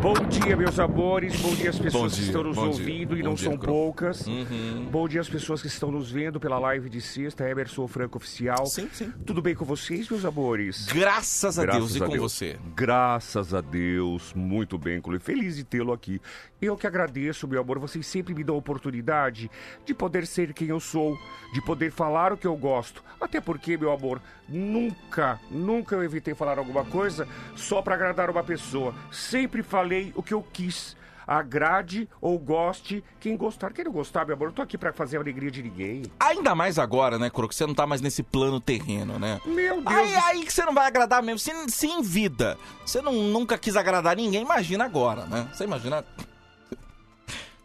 [SPEAKER 6] bom dia, meus amores. Bom dia às
[SPEAKER 2] Bom
[SPEAKER 6] pessoas
[SPEAKER 2] dia,
[SPEAKER 6] que estão nos
[SPEAKER 2] bom dia,
[SPEAKER 6] ouvindo e
[SPEAKER 2] bom
[SPEAKER 6] não
[SPEAKER 2] dia,
[SPEAKER 6] são
[SPEAKER 2] Cro.
[SPEAKER 6] poucas.
[SPEAKER 2] Uhum.
[SPEAKER 6] Bom dia às pessoas que estão nos vendo pela live de sexta, Emerson Franco Oficial. Sim, sim. Tudo bem com vocês, meus amores?
[SPEAKER 2] Graças a Deus e com você.
[SPEAKER 6] Graças a Deus, muito bem, Clube. Feliz de tê-lo aqui. Eu que agradeço, meu amor. Vocês sempre me dão a oportunidade de poder ser quem eu sou, de poder falar o que eu gosto. Até porque, meu amor, nunca, nunca eu evitei falar alguma coisa só para agradar uma pessoa. Sempre falei o que eu quis. Agrade ou goste quem gostar. Quem não gostar, meu amor, eu tô aqui para fazer a alegria de ninguém.
[SPEAKER 2] Ainda mais agora, né, Cro? Que você não tá mais nesse plano terreno, né?
[SPEAKER 6] Meu Deus.
[SPEAKER 2] Aí, aí que você não vai agradar mesmo. Se, se em vida você não, nunca quis agradar ninguém, imagina agora, né? Você imagina.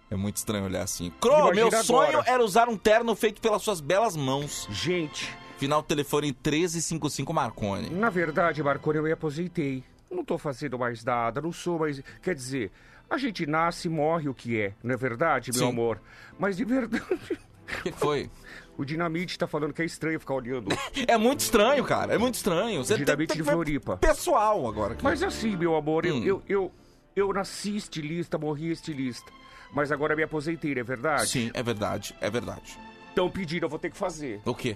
[SPEAKER 2] É muito estranho olhar assim. Cro,
[SPEAKER 6] Imagina
[SPEAKER 2] meu
[SPEAKER 6] agora.
[SPEAKER 2] sonho era usar um terno feito pelas suas belas mãos.
[SPEAKER 6] Gente.
[SPEAKER 2] Final do telefone 1355 Marconi.
[SPEAKER 6] Na verdade, Marconi, eu me aposentei. Não tô fazendo mais nada, não sou mais. Quer dizer, a gente nasce e morre o que é, não é verdade, meu
[SPEAKER 2] Sim.
[SPEAKER 6] amor? Mas de verdade.
[SPEAKER 2] O que foi?
[SPEAKER 6] O Dinamite tá falando que é estranho ficar olhando.
[SPEAKER 2] É muito estranho, cara. É muito estranho. Você tem-
[SPEAKER 6] Dinamite
[SPEAKER 2] tem
[SPEAKER 6] de
[SPEAKER 2] que ver
[SPEAKER 6] Floripa.
[SPEAKER 2] Pessoal agora. Cara.
[SPEAKER 6] Mas assim, meu amor,
[SPEAKER 2] Hum.
[SPEAKER 6] eu, eu, eu, eu nasci estilista, morri estilista. Mas agora me aposentei, não é verdade?
[SPEAKER 2] Sim, é verdade, é verdade.
[SPEAKER 6] Então pedindo, eu vou ter que fazer.
[SPEAKER 2] O quê?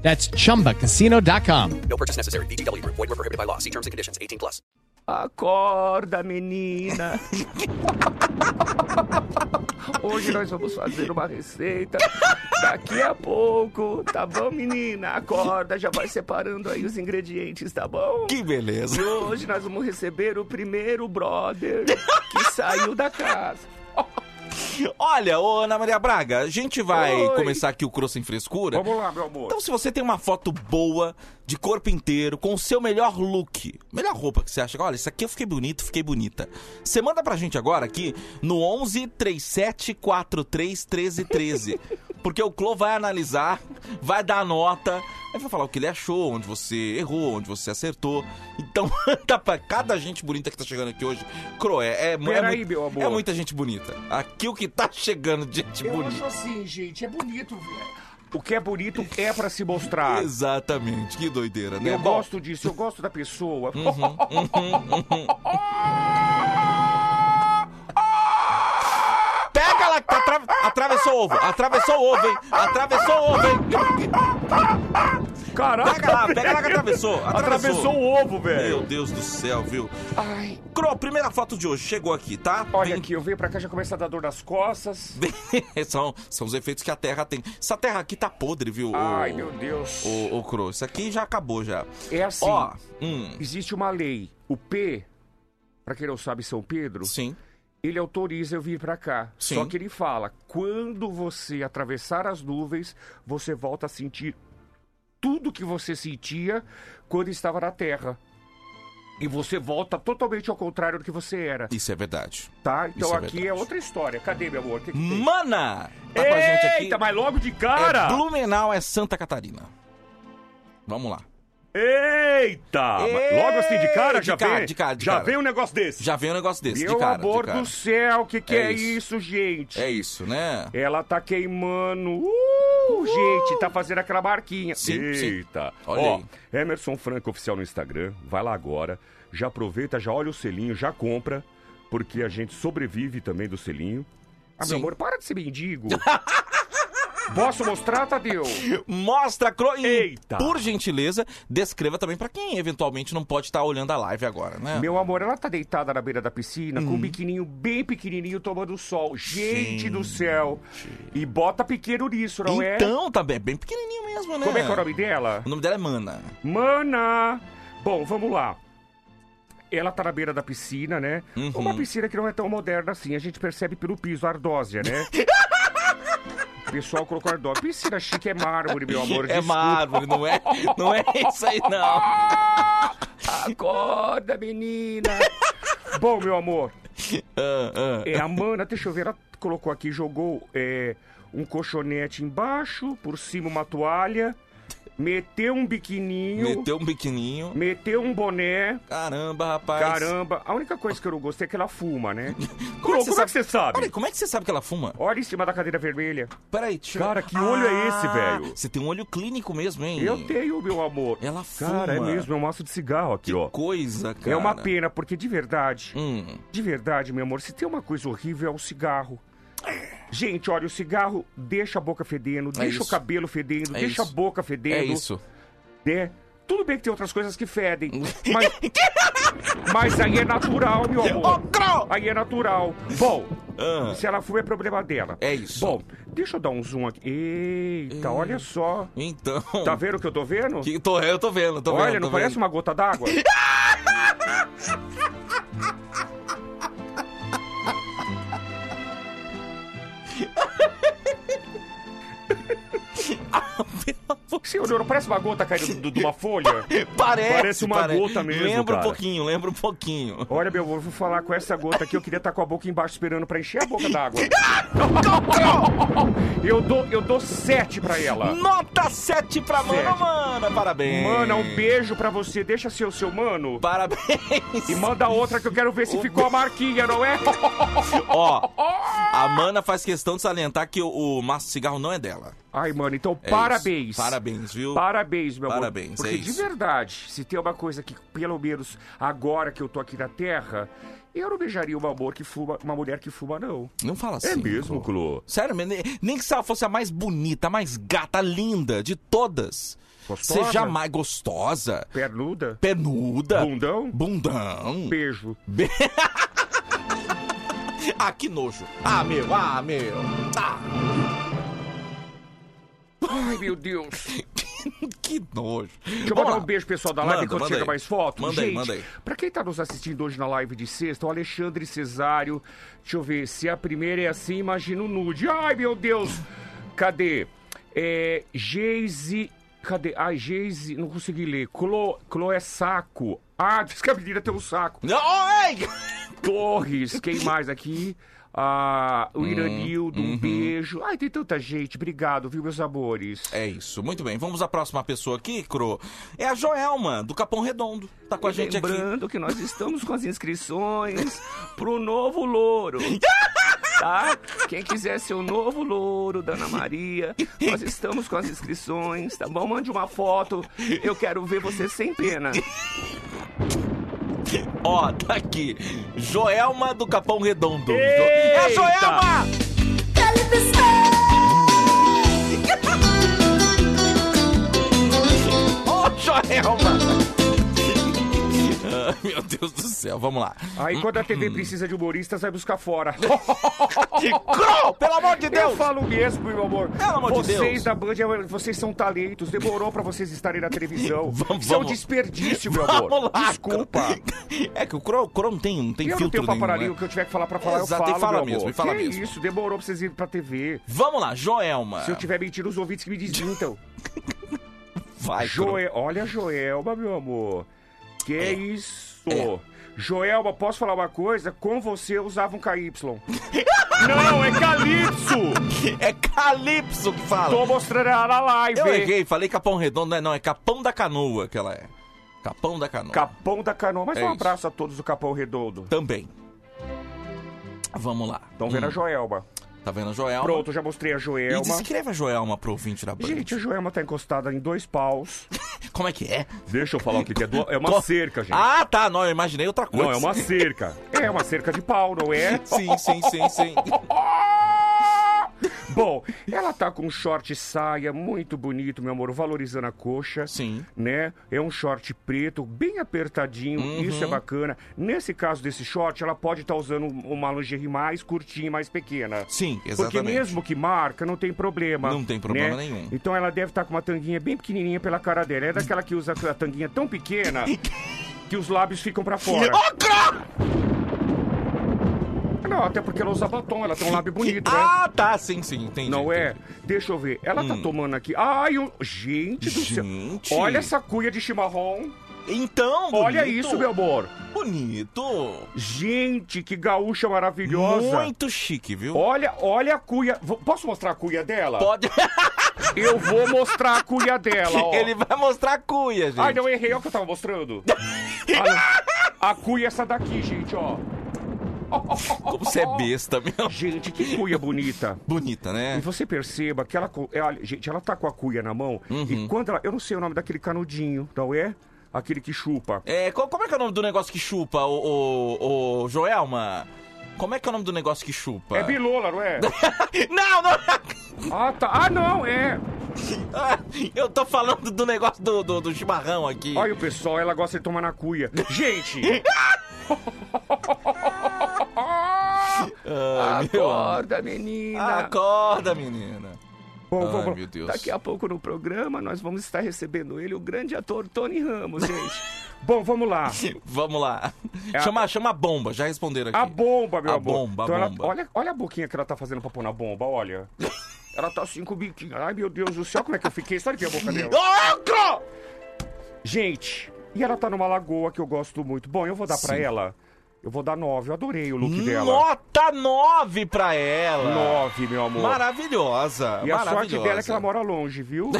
[SPEAKER 10] That's chumbacasino.com.
[SPEAKER 11] No purchase necessary. VGW Group. Void were prohibited by law. See terms and conditions. 18 plus.
[SPEAKER 6] Acorda, menina.
[SPEAKER 12] Hoje nós vamos fazer uma receita. Daqui a pouco, tá bom, menina? Acorda, já vai separando aí os ingredientes, tá bom?
[SPEAKER 2] Que beleza.
[SPEAKER 12] E hoje nós vamos receber o primeiro brother que saiu da casa.
[SPEAKER 2] Olha, ô Ana Maria Braga, a gente vai
[SPEAKER 6] Oi.
[SPEAKER 2] começar aqui o Cross Sem Frescura.
[SPEAKER 6] Vamos lá, meu amor.
[SPEAKER 2] Então, se você tem uma foto boa, de corpo inteiro, com o seu melhor look, melhor roupa que você acha, olha, isso aqui eu fiquei bonito, fiquei bonita. Você manda pra gente agora aqui no 11 37 43 13 13. Porque o Clô vai analisar, vai dar a nota, aí vai falar o que ele achou, onde você errou, onde você acertou. Então, manda pra cada gente bonita que tá chegando aqui hoje. Cro, é, é, mu- é
[SPEAKER 6] Peraí,
[SPEAKER 2] muito-
[SPEAKER 6] meu amor.
[SPEAKER 2] é muita gente bonita. Aqui o que tá chegando de gente
[SPEAKER 12] Eu
[SPEAKER 2] bonita.
[SPEAKER 12] acho assim, gente, é bonito, velho.
[SPEAKER 6] O que é bonito é pra se mostrar.
[SPEAKER 2] Exatamente, que doideira, né?
[SPEAKER 6] Eu
[SPEAKER 2] Bom,
[SPEAKER 6] gosto disso, eu gosto da pessoa.
[SPEAKER 12] Uhum.
[SPEAKER 2] Pega ela que tá atra- atravessou o ovo, atravessou o ovo, hein? Atravessou o ovo, hein?
[SPEAKER 6] Caraca!
[SPEAKER 2] Pega lá, pega lá que atravessou.
[SPEAKER 6] Atravessou o ovo, velho.
[SPEAKER 2] Meu Deus do céu, viu?
[SPEAKER 6] Ai.
[SPEAKER 2] Cro, primeira foto de hoje chegou aqui, tá?
[SPEAKER 6] Olha aqui, eu venho pra cá já começa a dar dor nas costas.
[SPEAKER 2] são, são os efeitos que a Terra tem. Essa Terra aqui tá podre, viu?
[SPEAKER 6] Ai,
[SPEAKER 2] ô-
[SPEAKER 6] meu Deus.
[SPEAKER 2] Ô, ô Cro, isso aqui já acabou já.
[SPEAKER 6] É assim.
[SPEAKER 2] Ó, hum,
[SPEAKER 6] Existe uma lei. O P, pra quem não sabe, São Pedro.
[SPEAKER 2] Sim.
[SPEAKER 6] Ele autoriza eu vir pra cá.
[SPEAKER 2] Sim.
[SPEAKER 6] Só que ele fala: quando você atravessar as nuvens, você volta a sentir tudo que você sentia quando estava na Terra. E você volta totalmente ao contrário do que você era.
[SPEAKER 2] Isso é verdade.
[SPEAKER 6] Tá? Então
[SPEAKER 2] Isso é
[SPEAKER 6] aqui é, outra história. Cadê, meu amor? O que que tem?
[SPEAKER 2] Mana! Tá com a gente aqui.
[SPEAKER 6] Eita, mas logo de cara!
[SPEAKER 2] É Blumenau é Santa Catarina. Vamos lá.
[SPEAKER 6] Eita! mas Logo assim de cara já vem.
[SPEAKER 2] De cara, de
[SPEAKER 6] já
[SPEAKER 2] cara.
[SPEAKER 6] vem um negócio desse.
[SPEAKER 2] Já vem um negócio desse,
[SPEAKER 6] Meu
[SPEAKER 2] de cara.
[SPEAKER 6] amor
[SPEAKER 2] de cara.
[SPEAKER 6] do céu, o que, que é,
[SPEAKER 2] É
[SPEAKER 6] isso. gente?
[SPEAKER 2] É isso, né?
[SPEAKER 6] Ela tá queimando. Uh, gente, tá fazendo aquela marquinha.
[SPEAKER 2] Sim, sim.
[SPEAKER 6] Eita.
[SPEAKER 2] Olha
[SPEAKER 6] Ó,
[SPEAKER 2] aí.
[SPEAKER 6] Emerson Franco Oficial no Instagram. Vai lá agora. Já aproveita, já olha o selinho, já compra. Porque a gente sobrevive também do selinho. Ah, meu
[SPEAKER 2] Sim.
[SPEAKER 6] amor, para de ser mendigo. Posso mostrar, Tadeu?
[SPEAKER 2] Mostra, Cro... e, Por gentileza, descreva também pra quem eventualmente não pode estar olhando a live agora, né?
[SPEAKER 6] Meu amor, ela tá deitada na beira da piscina
[SPEAKER 2] Hum.
[SPEAKER 6] com um biquininho bem pequenininho tomando sol. Gente, do céu! E bota pequeno nisso, não é?
[SPEAKER 2] Então, tá bem, bem pequenininho mesmo, né?
[SPEAKER 6] Como é que é o nome dela?
[SPEAKER 2] O nome dela é Mana.
[SPEAKER 6] Mana! Bom, vamos lá. Ela tá na beira da piscina, né?
[SPEAKER 2] Uhum.
[SPEAKER 6] Uma piscina que não é tão moderna assim. A gente percebe pelo piso, a ardósia, né? O pessoal colocou ardósia. Piscina chique é mármore, meu amor.
[SPEAKER 2] é
[SPEAKER 6] desculpa.
[SPEAKER 2] mármore, não é, não é isso aí, não.
[SPEAKER 6] Acorda, menina! Bom, meu amor.
[SPEAKER 2] ah.
[SPEAKER 6] É, a Mana, deixa eu ver, ela colocou aqui, jogou é, um colchonete embaixo, por cima uma toalha, meteu um biquininho, meteu,
[SPEAKER 2] Meteu um biquininho.
[SPEAKER 6] um boné.
[SPEAKER 2] Caramba, rapaz.
[SPEAKER 6] Caramba, a única coisa que eu não gostei é que ela fuma, né? Como,
[SPEAKER 2] é que você
[SPEAKER 6] como é que você sabe?
[SPEAKER 2] Olha, como é que você sabe que ela fuma?
[SPEAKER 6] Olha em cima da cadeira vermelha.
[SPEAKER 2] Peraí, deixa eu-
[SPEAKER 6] Cara, que olho é esse,
[SPEAKER 2] Ah,
[SPEAKER 6] velho?
[SPEAKER 2] Você tem um olho clínico mesmo, hein?
[SPEAKER 6] Eu tenho, meu amor.
[SPEAKER 2] Ela fuma.
[SPEAKER 6] Cara, é mesmo, é um maço de cigarro aqui, ó.
[SPEAKER 2] Coisa, cara.
[SPEAKER 6] É uma pena, porque de verdade,
[SPEAKER 2] Hum.
[SPEAKER 6] de verdade, meu amor, se tem uma coisa horrível é o cigarro. Gente, olha, o cigarro deixa a boca fedendo,
[SPEAKER 2] É
[SPEAKER 6] deixa o
[SPEAKER 2] isso.
[SPEAKER 6] cabelo fedendo,
[SPEAKER 2] É
[SPEAKER 6] deixa
[SPEAKER 2] isso.
[SPEAKER 6] a boca fedendo.
[SPEAKER 2] É isso.
[SPEAKER 6] né? Tudo bem que tem outras coisas que fedem, mas, mas aí é natural, meu amor. Aí é natural. Bom,
[SPEAKER 2] Ah.
[SPEAKER 6] se ela for, é problema dela.
[SPEAKER 2] É isso.
[SPEAKER 6] Bom, deixa eu dar um zoom aqui. Eita, olha só.
[SPEAKER 2] Então.
[SPEAKER 6] Tá vendo o que eu tô vendo?
[SPEAKER 2] Que- tô- eu tô vendo, tô
[SPEAKER 6] Olha,
[SPEAKER 2] vendo.
[SPEAKER 6] não
[SPEAKER 2] tô
[SPEAKER 6] parece
[SPEAKER 2] vendo.
[SPEAKER 6] uma gota d'água? Você olhou, não parece uma gota caindo do- de uma folha?
[SPEAKER 2] Parece,
[SPEAKER 6] Parece uma
[SPEAKER 2] parece.
[SPEAKER 6] gota mesmo,
[SPEAKER 2] Lembra um
[SPEAKER 6] cara.
[SPEAKER 2] pouquinho, lembra um pouquinho.
[SPEAKER 6] Olha, meu amor, vou falar com essa gota aqui. Eu queria estar com a boca embaixo esperando pra encher a boca d'água. eu dou, eu dou sete pra ela.
[SPEAKER 2] Nota 7 pra Mana,
[SPEAKER 6] Sete.
[SPEAKER 2] mana. Parabéns.
[SPEAKER 6] Mana, um beijo pra você. Deixa ser o seu mano.
[SPEAKER 2] Parabéns.
[SPEAKER 6] E manda outra que eu quero ver se ficou a marquinha, não é?
[SPEAKER 2] Ó, a Mana faz questão de salientar que o, o maço de cigarro não é dela.
[SPEAKER 6] Ai, mano, então
[SPEAKER 2] É isso.
[SPEAKER 6] parabéns.
[SPEAKER 2] Parabéns, viu?
[SPEAKER 6] Parabéns, meu
[SPEAKER 2] Parabéns, é
[SPEAKER 6] amor. Porque de
[SPEAKER 2] isso.
[SPEAKER 6] verdade, se tem uma coisa que, pelo menos agora que eu tô aqui na Terra, eu não beijaria uma, amor que fuma, uma mulher que fuma, não.
[SPEAKER 2] Não fala assim.
[SPEAKER 6] É mesmo, Clô?
[SPEAKER 2] Sério, mesmo, nem, nem que se ela fosse a mais bonita, a mais gata, linda de todas.
[SPEAKER 6] Gostosa?
[SPEAKER 2] Você jamais gostosa.
[SPEAKER 6] Pernuda?
[SPEAKER 2] Penuda.
[SPEAKER 6] Bundão?
[SPEAKER 2] Bundão.
[SPEAKER 6] Beijo.
[SPEAKER 2] Ah, que nojo. Ah, meu, ah, meu. Ah.
[SPEAKER 6] Ai, meu Deus.
[SPEAKER 2] que nojo.
[SPEAKER 6] Deixa eu
[SPEAKER 2] Vamos
[SPEAKER 6] mandar
[SPEAKER 2] lá.
[SPEAKER 6] um beijo pro pessoal da
[SPEAKER 2] Manda,
[SPEAKER 6] live quando
[SPEAKER 2] manda
[SPEAKER 6] chega
[SPEAKER 2] aí.
[SPEAKER 6] mais foto.
[SPEAKER 2] Manda aí,
[SPEAKER 6] Gente,
[SPEAKER 2] manda aí.
[SPEAKER 6] Pra quem tá nos assistindo hoje na live de sexta, o Alexandre Cesário. Deixa eu ver, se a primeira é assim, imagina o nude. Ai, meu Deus. Cadê? É, Geise... Cadê? Ai, Geise... Não consegui ler. Clo... Clo é saco. Ah, diz que a menina tem um saco.
[SPEAKER 2] Não,
[SPEAKER 6] Torres, quem mais aqui? Ah,
[SPEAKER 2] Hum,
[SPEAKER 6] o Iranildo,
[SPEAKER 2] uhum.
[SPEAKER 6] um beijo. Ai, tem tanta gente. Obrigado, viu, meus amores?
[SPEAKER 2] É isso, muito bem. Vamos à próxima pessoa aqui, Cro. É a Joelma, do Capão Redondo. Tá com a gente aqui.
[SPEAKER 9] Lembrando que nós estamos com as inscrições pro novo louro. Tá? Quem quiser ser o novo louro da Ana Maria, nós estamos com as inscrições, tá bom? Mande uma foto, eu quero ver você sem pena.
[SPEAKER 2] Ó, tá aqui. Joelma do Capão Redondo.
[SPEAKER 5] É
[SPEAKER 2] É a Joelma! Ô, Joelma! Ah, meu Deus do céu, vamos lá.
[SPEAKER 6] Aí quando a TV precisa de humoristas, vai buscar fora.
[SPEAKER 2] Cro, pelo amor de Deus!
[SPEAKER 6] Eu falo mesmo, meu amor.
[SPEAKER 2] Pelo amor de
[SPEAKER 6] vocês
[SPEAKER 2] Deus.
[SPEAKER 6] da Band, é, vocês são talentos. Demorou pra vocês estarem na televisão. Isso é um
[SPEAKER 2] vamos.
[SPEAKER 6] desperdício, meu
[SPEAKER 2] Vamos
[SPEAKER 6] um amor.
[SPEAKER 2] lá,
[SPEAKER 6] Desculpa.
[SPEAKER 2] É que o Cro, o Cro não tem, não tem
[SPEAKER 6] eu não
[SPEAKER 2] filtro
[SPEAKER 6] tenho
[SPEAKER 2] nenhum.
[SPEAKER 6] paparinho,
[SPEAKER 2] né?
[SPEAKER 6] o que eu tiver que falar pra falar,
[SPEAKER 2] Exato,
[SPEAKER 6] eu
[SPEAKER 2] e
[SPEAKER 6] falo,
[SPEAKER 2] fala
[SPEAKER 6] meu
[SPEAKER 2] mesmo,
[SPEAKER 6] amor.
[SPEAKER 2] e fala
[SPEAKER 6] que
[SPEAKER 2] mesmo. Ah.
[SPEAKER 6] isso, demorou pra vocês irem pra TV.
[SPEAKER 2] Vamos lá, Joelma.
[SPEAKER 6] Se eu tiver mentindo, os ouvintes que me desmintam.
[SPEAKER 2] Vai, Cro.
[SPEAKER 6] Joel, olha a Joelma, meu amor. Que isso? Joelma, posso falar uma coisa? Com você eu usava um KY. Não, é Calypso!
[SPEAKER 2] É Calypso que fala.
[SPEAKER 6] Tô mostrando ela na live.
[SPEAKER 2] Eu errei, falei Capão Redondo, não é não, é Capão da Canoa que ela é. Capão da Canoa.
[SPEAKER 6] Capão da Canoa. Mas
[SPEAKER 2] É
[SPEAKER 6] um
[SPEAKER 2] isso.
[SPEAKER 6] abraço a todos do Capão Redondo.
[SPEAKER 2] Também. Vamos lá.
[SPEAKER 6] Estão vendo
[SPEAKER 2] Hum,
[SPEAKER 6] a Joelma.
[SPEAKER 2] Tá vendo a Joelma?
[SPEAKER 6] Pronto, eu já mostrei a
[SPEAKER 2] E
[SPEAKER 6] Joelma.
[SPEAKER 2] descreva a Joelma pro ouvinte da Band.
[SPEAKER 6] Gente, a Joelma tá encostada em dois paus.
[SPEAKER 2] Como é que é?
[SPEAKER 6] Deixa eu falar o que, que é. do- É uma
[SPEAKER 2] Co-
[SPEAKER 6] cerca, gente.
[SPEAKER 2] Ah, tá, não, eu imaginei outra coisa.
[SPEAKER 6] Não, é uma cerca. É uma cerca de pau, não é?
[SPEAKER 2] Sim, sim, sim, sim.
[SPEAKER 6] Bom, ela tá com um short saia muito bonito, meu amor, valorizando a coxa.
[SPEAKER 2] Sim.
[SPEAKER 6] Né? É um short preto, bem apertadinho,
[SPEAKER 2] Uhum.
[SPEAKER 6] isso é bacana. Nesse caso desse short, ela pode estar usando um, uma lingerie mais curtinha e mais pequena.
[SPEAKER 2] Sim,
[SPEAKER 6] Porque
[SPEAKER 2] exatamente.
[SPEAKER 6] mesmo que marca, não tem problema.
[SPEAKER 2] Não tem problema
[SPEAKER 6] né?
[SPEAKER 2] nenhum.
[SPEAKER 6] Então ela deve estar com uma tanguinha bem pequenininha pela cara dela. É daquela que usa a tanguinha tão pequena que os lábios ficam pra fora. Não, até porque ela usa batom, ela tem um lábio bonito, né?
[SPEAKER 2] Ah, tá, sim, sim, entendi.
[SPEAKER 6] Não é?
[SPEAKER 2] entendi.
[SPEAKER 6] Deixa eu ver. Ela tá tomando aqui. Ai, um... gente do
[SPEAKER 2] Hum. Gente.
[SPEAKER 6] céu. Olha essa cuia de chimarrão.
[SPEAKER 2] Então,
[SPEAKER 6] Olha
[SPEAKER 2] bonito.
[SPEAKER 6] isso, meu amor.
[SPEAKER 2] Bonito.
[SPEAKER 6] Gente, que gaúcha maravilhosa.
[SPEAKER 2] Muito chique, viu?
[SPEAKER 6] Olha, olha a cuia. V- Posso mostrar a cuia dela?
[SPEAKER 2] Pode.
[SPEAKER 6] Eu vou mostrar a cuia dela, ó.
[SPEAKER 2] Ele vai mostrar a cuia, gente.
[SPEAKER 6] Ai, não, errei. Olha o que eu tava mostrando. Ah, não. a cuia é essa daqui, gente, ó.
[SPEAKER 2] Como você é besta, meu.
[SPEAKER 6] Gente, que cuia bonita.
[SPEAKER 2] Bonita, né?
[SPEAKER 6] E você perceba que ela. co- é, olha, Gente, ela tá com a cuia na mão
[SPEAKER 2] Uhum.
[SPEAKER 6] e quando ela. Eu não sei o nome daquele canudinho, não é? Aquele que chupa.
[SPEAKER 2] É, co- como é que é o nome do negócio que chupa, o, o, o Joelma? Como é que é o nome do negócio que chupa?
[SPEAKER 6] É bilola, não é?
[SPEAKER 2] Não, é. não!
[SPEAKER 6] ah, tá. Ah, não, é.
[SPEAKER 2] Ah, Eu tô falando do negócio do, do, do chimarrão aqui.
[SPEAKER 6] Olha o pessoal, ela gosta de tomar na cuia. Gente!
[SPEAKER 2] Ah, meu amor.
[SPEAKER 9] Acorda, menina.
[SPEAKER 2] Acorda, menina.
[SPEAKER 6] Bom,
[SPEAKER 2] Ai,
[SPEAKER 6] vamos-
[SPEAKER 2] meu Deus.
[SPEAKER 9] Daqui a pouco no programa nós vamos estar recebendo ele, o grande ator Tony Ramos, gente.
[SPEAKER 6] Bom, vamos lá.
[SPEAKER 2] Vamos lá.
[SPEAKER 6] É a-
[SPEAKER 2] Chama, chama a bomba, já responderam aqui.
[SPEAKER 6] A bomba, meu
[SPEAKER 2] A
[SPEAKER 6] amor.
[SPEAKER 2] bomba, a
[SPEAKER 6] Então ela-
[SPEAKER 2] bomba.
[SPEAKER 6] olha, olha a boquinha que ela tá fazendo pra pôr na bomba, olha. Ela tá assim com o biquinho. Ai, meu Deus do céu, como é que eu fiquei? Sabe que a boca dela? Gente, e ela tá numa lagoa que eu gosto muito. Bom, eu vou dar pra
[SPEAKER 2] Sim.
[SPEAKER 6] ela. Eu vou dar nove, eu adorei o look dela.
[SPEAKER 2] Nota 9 pra ela.
[SPEAKER 6] Nove, meu amor.
[SPEAKER 2] Maravilhosa.
[SPEAKER 6] E a
[SPEAKER 2] maravilhosa.
[SPEAKER 6] sorte dela é que ela mora longe, viu?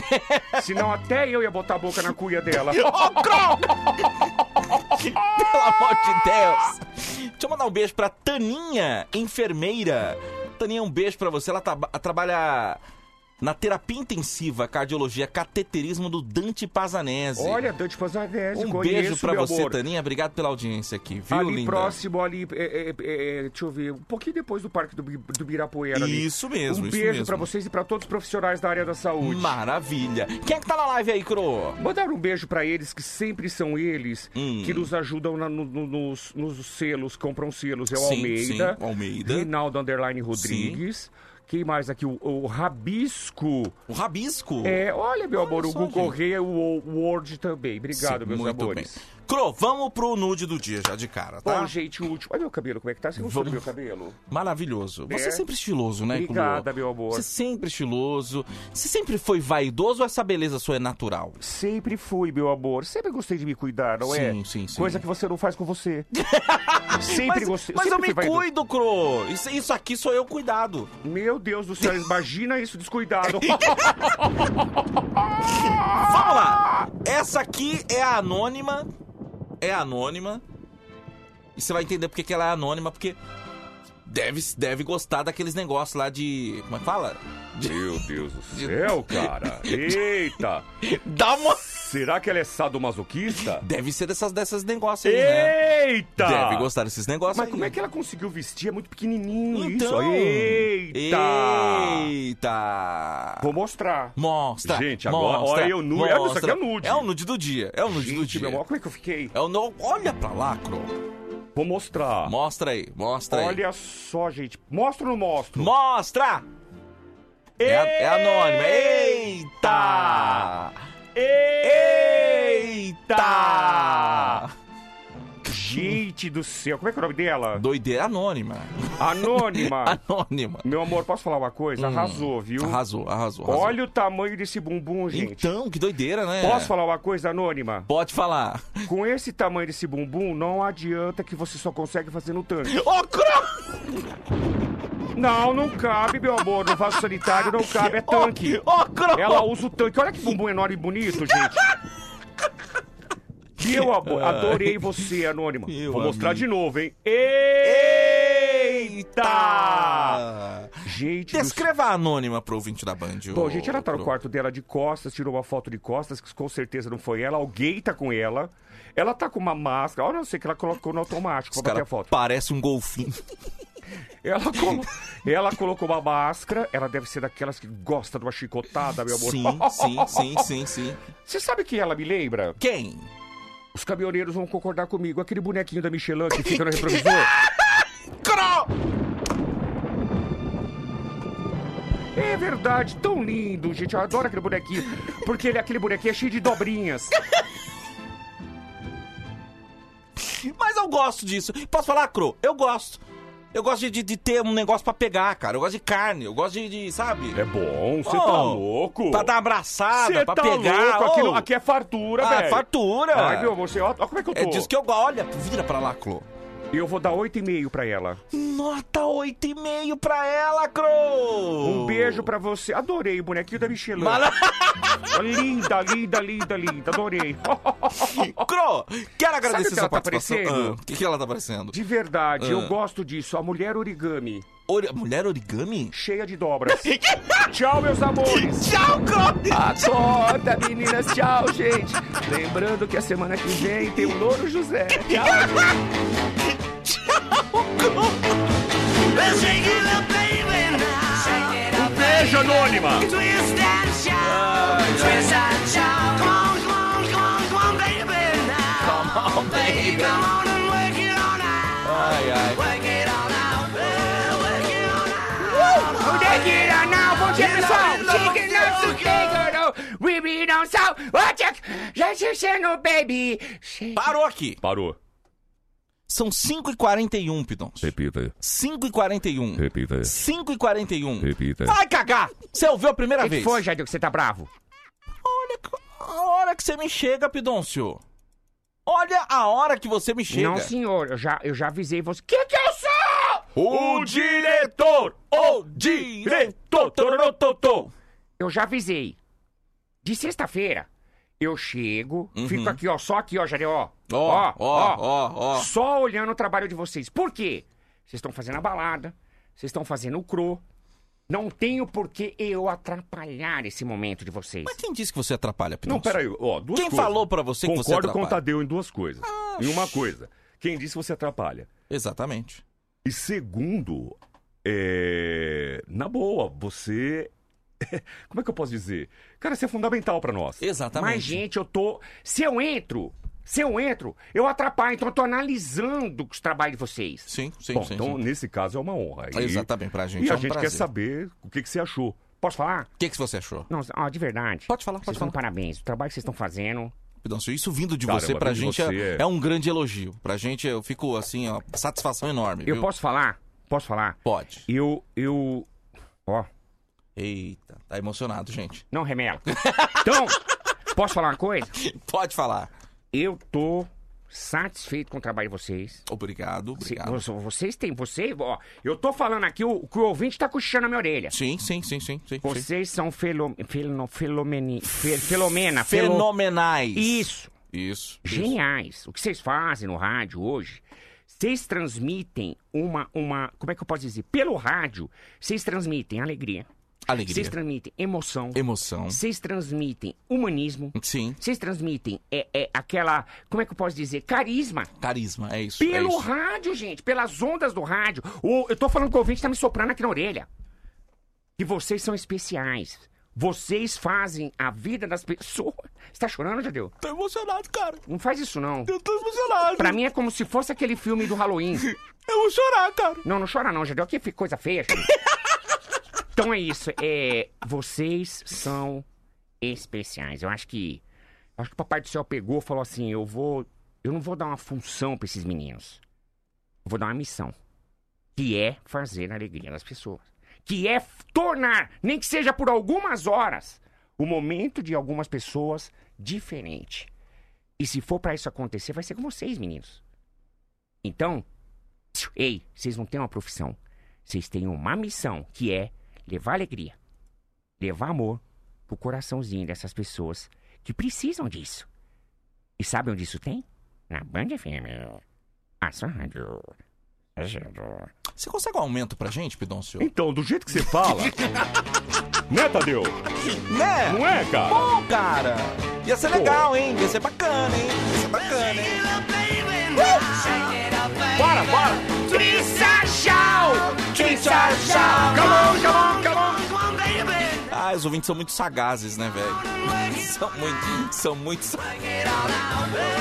[SPEAKER 6] Senão até eu ia botar a boca na cuia dela.
[SPEAKER 2] Ô, Cro! Pelo amor de Deus. Deixa eu mandar um beijo pra Taninha, enfermeira. Taninha, um beijo pra você. Ela traba- trabalha na terapia intensiva cardiologia cateterismo do Dante Pazanese.
[SPEAKER 6] Olha, Dante Pazanese,
[SPEAKER 2] um
[SPEAKER 6] conheço,
[SPEAKER 2] beijo pra
[SPEAKER 6] meu
[SPEAKER 2] você,
[SPEAKER 6] amor.
[SPEAKER 2] Taninha. Obrigado pela audiência aqui, viu,
[SPEAKER 6] ali
[SPEAKER 2] linda?
[SPEAKER 6] próximo, ali, é, é, é, deixa eu ver, um pouquinho depois do Parque do, Bi- do Birapuera. ali.
[SPEAKER 2] Isso mesmo,
[SPEAKER 6] Um
[SPEAKER 2] isso
[SPEAKER 6] beijo
[SPEAKER 2] mesmo.
[SPEAKER 6] pra vocês e pra todos os profissionais da área da saúde.
[SPEAKER 2] Maravilha. Quem é que tá na live aí, Cro?
[SPEAKER 6] Mandar um beijo pra eles, que sempre são eles
[SPEAKER 2] Hum.
[SPEAKER 6] que nos ajudam na- no- no- nos, nos selos, compram selos. É o
[SPEAKER 2] Sim,
[SPEAKER 6] Almeida,
[SPEAKER 2] sim, Almeida.
[SPEAKER 6] Reinaldo Underline Rodrigues. Quem mais aqui? O, o Rabisco.
[SPEAKER 2] O Rabisco?
[SPEAKER 6] É, olha, meu amor, o
[SPEAKER 2] só,
[SPEAKER 6] Google
[SPEAKER 2] gente.
[SPEAKER 6] Correia, o o Word também. Obrigado,
[SPEAKER 2] Sim,
[SPEAKER 6] meus
[SPEAKER 2] muito
[SPEAKER 6] amores.
[SPEAKER 2] bem. Cro, vamos pro nude do dia já de cara, tá?
[SPEAKER 6] Bom, gente, o último. Olha meu cabelo, como é que tá? Você gostou do meu
[SPEAKER 2] Vamos.
[SPEAKER 6] cabelo?
[SPEAKER 2] Maravilhoso. Você é
[SPEAKER 6] É.
[SPEAKER 2] sempre estiloso, né, Clu?
[SPEAKER 6] Obrigada, meu amor.
[SPEAKER 2] Você é sempre estiloso. Você sempre foi vaidoso ou essa beleza sua é natural?
[SPEAKER 6] Sempre fui, meu amor. Sempre gostei de me cuidar, não é?
[SPEAKER 2] Sim, sim, sim.
[SPEAKER 6] Coisa que você não faz com você. sempre
[SPEAKER 2] mas,
[SPEAKER 6] gostei.
[SPEAKER 2] Mas
[SPEAKER 6] sempre
[SPEAKER 2] eu me
[SPEAKER 6] fui vaidoso.
[SPEAKER 2] cuido, Cro. Isso, isso aqui sou eu cuidado.
[SPEAKER 6] Meu Deus do céu, imagina isso descuidado.
[SPEAKER 2] Vamos lá. Essa aqui é a anônima. É a anônima. E você vai entender porque que ela é anônima, porque deve, deve gostar daqueles negócios lá de... Como é que fala?
[SPEAKER 6] Meu Deus do céu, cara. Eita.
[SPEAKER 2] Dá uma...
[SPEAKER 6] Será que ela é sadomasoquista?
[SPEAKER 2] Deve ser dessas, dessas negócios aí, né?
[SPEAKER 6] Eita!
[SPEAKER 2] Deve gostar desses negócios
[SPEAKER 6] Mas
[SPEAKER 2] aí.
[SPEAKER 6] como é que ela conseguiu vestir? É muito pequenininho
[SPEAKER 2] Então.
[SPEAKER 6] isso. Eita!
[SPEAKER 2] Eita!
[SPEAKER 6] Vou mostrar.
[SPEAKER 2] Mostra!
[SPEAKER 6] Gente, agora-
[SPEAKER 2] mostra,
[SPEAKER 6] olha, eu nu- é, isso aqui é
[SPEAKER 2] mostra.
[SPEAKER 6] nude.
[SPEAKER 2] É o nude do dia. É o nude do
[SPEAKER 6] Gente,
[SPEAKER 2] dia.
[SPEAKER 6] meu amor, como é que eu fiquei?
[SPEAKER 2] É o nu- Olha pra lá, Cro.
[SPEAKER 6] Vou mostrar.
[SPEAKER 2] Mostra aí, mostra aí.
[SPEAKER 6] Ah. Olha só, gente. Mostra ou não mostro?
[SPEAKER 2] Mostra! É, a- é anônima.
[SPEAKER 6] Ah,
[SPEAKER 2] Eita! Eita!
[SPEAKER 6] Gente do céu, como é que é o nome dela?
[SPEAKER 2] Doideira anônima.
[SPEAKER 6] Anônima.
[SPEAKER 2] Anônima.
[SPEAKER 6] Meu amor, posso falar uma coisa? Arrasou, viu?
[SPEAKER 2] Hum. Arrasou, arrasou, arrasou.
[SPEAKER 6] Olha o tamanho desse bumbum, gente.
[SPEAKER 2] Então, que doideira, né?
[SPEAKER 6] Posso falar uma coisa, Anônima?
[SPEAKER 2] Pode falar.
[SPEAKER 6] Com esse tamanho desse bumbum, não adianta que você só consegue fazer no tanque.
[SPEAKER 2] Ô, Cro!
[SPEAKER 6] Não, não cabe, meu amor. No vaso sanitário não cabe, é tanque.
[SPEAKER 2] Ô, Cro!
[SPEAKER 6] Ela usa o tanque. Olha que bumbum enorme e bonito, gente. Meu amor, adorei você, Anônima.
[SPEAKER 2] Meu
[SPEAKER 6] Vou mostrar
[SPEAKER 2] amigo.
[SPEAKER 6] de novo, hein? Eita!
[SPEAKER 2] Eita!
[SPEAKER 6] Gente, do
[SPEAKER 2] Descreva a anônima pro ouvinte da Band. ô,
[SPEAKER 6] Bom, gente, ela tá no
[SPEAKER 2] Cro.
[SPEAKER 6] quarto dela de costas, tirou uma foto de costas, que com certeza não foi ela. Alguém tá com ela. Ela tá com uma máscara. Olha, eu sei que ela colocou no automático
[SPEAKER 2] Esse
[SPEAKER 6] pra bater
[SPEAKER 2] cara
[SPEAKER 6] a foto.
[SPEAKER 2] parece um golfinho.
[SPEAKER 6] Ela, colo- ela colocou uma máscara. Ela deve ser daquelas que gosta de uma chicotada, meu amor.
[SPEAKER 2] Sim, sim, sim, sim, sim.
[SPEAKER 6] Você sabe que ela me lembra?
[SPEAKER 2] Quem?
[SPEAKER 6] Os caminhoneiros vão concordar comigo. Aquele bonequinho da Michelin que fica no retrovisor.
[SPEAKER 2] Cro!
[SPEAKER 6] É verdade, tão lindo, gente. Eu adoro aquele bonequinho. Porque ele, aquele bonequinho é cheio de dobrinhas.
[SPEAKER 2] Mas eu gosto disso. Posso falar, Cro? Eu gosto. Eu gosto de- de, de ter um negócio pra pegar, cara. Eu gosto de carne, eu gosto de, de, sabe?
[SPEAKER 6] É bom, você tá
[SPEAKER 2] Oh,
[SPEAKER 6] louco.
[SPEAKER 2] Pra dar uma abraçada,
[SPEAKER 6] Cê
[SPEAKER 2] pra
[SPEAKER 6] tá
[SPEAKER 2] pegar.
[SPEAKER 6] louco? Aqui,
[SPEAKER 2] oh.
[SPEAKER 6] não- aqui é fartura,
[SPEAKER 2] Ah,
[SPEAKER 6] velho.
[SPEAKER 2] fartura.
[SPEAKER 6] Ai, meu amor, você, ó, ó como é que eu tô.
[SPEAKER 2] É disso que eu gosto. Olha, vira pra lá, Cro.
[SPEAKER 6] Eu vou dar 8,5 pra ela.
[SPEAKER 2] Nota 8,5 pra ela, Cro!
[SPEAKER 6] Um beijo pra você. Adorei o bonequinho da Michelin.
[SPEAKER 2] Mala-
[SPEAKER 6] linda, linda, linda, linda. Adorei.
[SPEAKER 2] Cro, quero
[SPEAKER 6] Sabe o
[SPEAKER 2] agradecer
[SPEAKER 6] que
[SPEAKER 2] sua
[SPEAKER 6] ela tá
[SPEAKER 2] participação.
[SPEAKER 6] parecendo?
[SPEAKER 2] Ah, O que, que ela tá parecendo?
[SPEAKER 6] De verdade,
[SPEAKER 2] Ah.
[SPEAKER 6] eu gosto disso. A mulher origami,
[SPEAKER 2] Ori- Mulher origami?
[SPEAKER 6] cheia de dobras. Tchau, meus amores.
[SPEAKER 2] Tchau, Cro!
[SPEAKER 12] Acorda, meninas. Tchau, gente. Lembrando que a semana que vem tem o Louro José. Tchau.
[SPEAKER 6] Beijo, Anônima.
[SPEAKER 2] Ai, ai.
[SPEAKER 12] Who they get on now? Won't you be sold? Chicken nuts and bacon, oh, we be down south. What you- Let you say no baby.
[SPEAKER 2] Parou aqui.
[SPEAKER 6] Parou.
[SPEAKER 2] São 5h41, Pidons.
[SPEAKER 9] Repita,
[SPEAKER 2] 5h41.
[SPEAKER 9] repita,
[SPEAKER 2] 5h41.
[SPEAKER 12] É.
[SPEAKER 9] repita.
[SPEAKER 2] Vai cagar! um. Você ouviu a primeira
[SPEAKER 6] O que
[SPEAKER 2] vez?
[SPEAKER 6] foi, Jadil, que você tá bravo?
[SPEAKER 2] Olha a hora que você me chega, Pidoncio. Olha a hora que você me chega.
[SPEAKER 6] Não, senhor. Eu já, eu já avisei você. Que que eu sou?
[SPEAKER 2] O
[SPEAKER 6] diretor.
[SPEAKER 2] O diretor! tororototô.
[SPEAKER 6] Eu já avisei. De sexta-feira, eu chego, fico aqui, ó, só aqui, ó, Jadeu, ó.
[SPEAKER 2] Uhum. Ó, ó, ó, ó.
[SPEAKER 6] Só olhando o trabalho de vocês. Por quê? Vocês estão fazendo a balada, vocês estão fazendo o cro, Não tenho por que eu atrapalhar esse momento de vocês.
[SPEAKER 2] Mas quem disse que você atrapalha, Pinoz?
[SPEAKER 3] Não, peraí, ó, duas
[SPEAKER 2] Quem
[SPEAKER 3] coisas.
[SPEAKER 2] falou pra você que você
[SPEAKER 3] Concordo
[SPEAKER 2] atrapalha?
[SPEAKER 3] com o Tadeu em duas coisas. Em uma coisa, quem disse você atrapalha?
[SPEAKER 2] Exatamente.
[SPEAKER 3] E segundo, é... na boa, você... Como é que eu posso dizer? Cara, isso é fundamental pra nós.
[SPEAKER 2] Exatamente.
[SPEAKER 6] Mas, gente, eu tô. Se eu entro, se eu entro, eu atrapalho. Então eu tô analisando os trabalhos de vocês.
[SPEAKER 2] Sim, sim,
[SPEAKER 3] Bom,
[SPEAKER 2] sim.
[SPEAKER 3] então
[SPEAKER 2] sim.
[SPEAKER 3] nesse caso é uma honra. E-
[SPEAKER 2] Exatamente, pra gente
[SPEAKER 3] E
[SPEAKER 2] é
[SPEAKER 3] a
[SPEAKER 2] um
[SPEAKER 3] gente quer
[SPEAKER 2] prazer.
[SPEAKER 3] saber o que, que você achou. Posso falar?
[SPEAKER 2] O que, que você achou?
[SPEAKER 6] Não, ó, de verdade. Pode falar,
[SPEAKER 2] pode
[SPEAKER 6] vocês falar. Parabéns. O trabalho que vocês estão fazendo.
[SPEAKER 2] Pidoncio, isso vindo de
[SPEAKER 3] Caramba,
[SPEAKER 2] você pra
[SPEAKER 3] vindo de
[SPEAKER 2] gente é-
[SPEAKER 3] você
[SPEAKER 2] é...
[SPEAKER 3] é-
[SPEAKER 2] um grande elogio. Pra gente, eu fico assim, ó, satisfação enorme.
[SPEAKER 6] Eu
[SPEAKER 2] viu?
[SPEAKER 6] posso falar? Posso falar?
[SPEAKER 2] Pode.
[SPEAKER 6] Eu. Eu. Ó.
[SPEAKER 2] Eita, tá emocionado, gente.
[SPEAKER 6] Não, remela. Então, posso falar uma coisa?
[SPEAKER 2] Pode falar.
[SPEAKER 6] Eu tô satisfeito com o trabalho de vocês.
[SPEAKER 2] Obrigado, obrigado.
[SPEAKER 6] Vocês, vocês têm, você, ó, eu tô falando aqui o o que o ouvinte tá cochichando na minha orelha.
[SPEAKER 2] Sim, sim, sim, sim. sim sim.
[SPEAKER 6] Vocês são felo, felo, felomeni, fe- felomena, felo-
[SPEAKER 2] Fenomenais.
[SPEAKER 6] Isso.
[SPEAKER 2] Isso. isso.
[SPEAKER 6] Geniais. O que vocês fazem no rádio hoje, vocês transmitem uma, uma, como é que eu posso dizer? Pelo rádio, vocês transmitem alegria.
[SPEAKER 2] Alegria.
[SPEAKER 6] Vocês transmitem emoção.
[SPEAKER 2] Emoção.
[SPEAKER 6] Vocês transmitem humanismo.
[SPEAKER 2] Sim.
[SPEAKER 6] Vocês transmitem é, é, aquela, como é que eu posso dizer? Carisma.
[SPEAKER 2] Carisma, é isso. é
[SPEAKER 6] Pelo
[SPEAKER 2] isso.
[SPEAKER 6] rádio, gente, pelas ondas do rádio. O- eu tô falando que o ouvinte tá me soprando aqui na orelha. Que vocês são especiais. Vocês fazem a vida das pessoas. Você tá chorando, já deu?
[SPEAKER 2] Tô emocionado, cara.
[SPEAKER 6] Não faz isso, não.
[SPEAKER 2] Eu tô emocionado.
[SPEAKER 6] Pra mim é como se fosse aquele filme do Halloween.
[SPEAKER 2] Eu vou chorar, cara.
[SPEAKER 6] Não, não chora não, Jadel, que fi- coisa feia. gente. então é isso. É, vocês são especiais. Eu acho que. Acho que o Papai do Céu pegou e falou assim: eu vou. Eu não vou dar uma função pra esses meninos. Eu vou dar uma missão. Que é fazer a alegria das pessoas. Que é f- tornar, nem que seja por algumas horas, o momento de algumas pessoas diferente. E se for pra isso acontecer, vai ser com vocês, meninos. Então, Ei, vocês não têm uma profissão. Vocês têm uma missão, que é levar alegria, levar amor pro coraçãozinho dessas pessoas que precisam disso. E sabe onde isso tem? Na Band FM. A sua rádio. É gelo.
[SPEAKER 2] Você consegue um aumento pra gente, Pidoncio?
[SPEAKER 3] Então, do jeito que você fala... né, Tadeu?
[SPEAKER 2] Né?
[SPEAKER 3] Não é, cara?
[SPEAKER 2] Bom, cara. Ia ser legal, hein? Ia ser bacana, hein? Ia ser bacana, hein?
[SPEAKER 6] Bora, bora! Trissa Tchau! Trissa Tchau! Come on, come on, come on!
[SPEAKER 2] Ah, os ouvintes são muito sagazes, né, velho? São muito, são muito sagazes.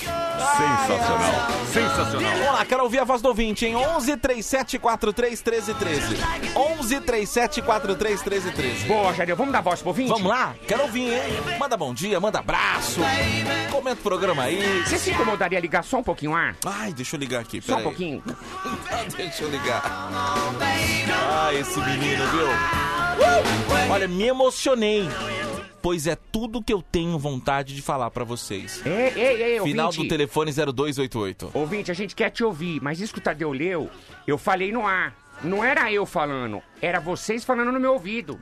[SPEAKER 3] Sensacional. Sensacional.
[SPEAKER 2] Vamos lá, quero ouvir a voz do ouvinte, hein? 11 37 43 13 13. 11 37 43 13 13.
[SPEAKER 6] Boa, Jadeu, vamos dar voz pro ouvinte?
[SPEAKER 2] Vamos lá? Quero ouvir, hein? Manda bom dia, manda abraço. Comenta o programa aí.
[SPEAKER 6] Você se incomodaria ligar só um pouquinho o ar?
[SPEAKER 2] Ai, deixa eu ligar aqui,
[SPEAKER 6] Só um
[SPEAKER 2] peraí.
[SPEAKER 6] pouquinho?
[SPEAKER 2] Deixa eu ligar. Ah, esse menino, viu? Olha, me emocionei. Pois é tudo que eu tenho vontade de falar pra vocês.
[SPEAKER 6] Ei, ei, ei, ouvinte.
[SPEAKER 2] Final do telefone 0288.
[SPEAKER 6] Ouvinte, a gente quer te ouvir, mas isso que o Tadeu leu, eu falei no ar. Não era eu falando, era vocês falando no meu ouvido.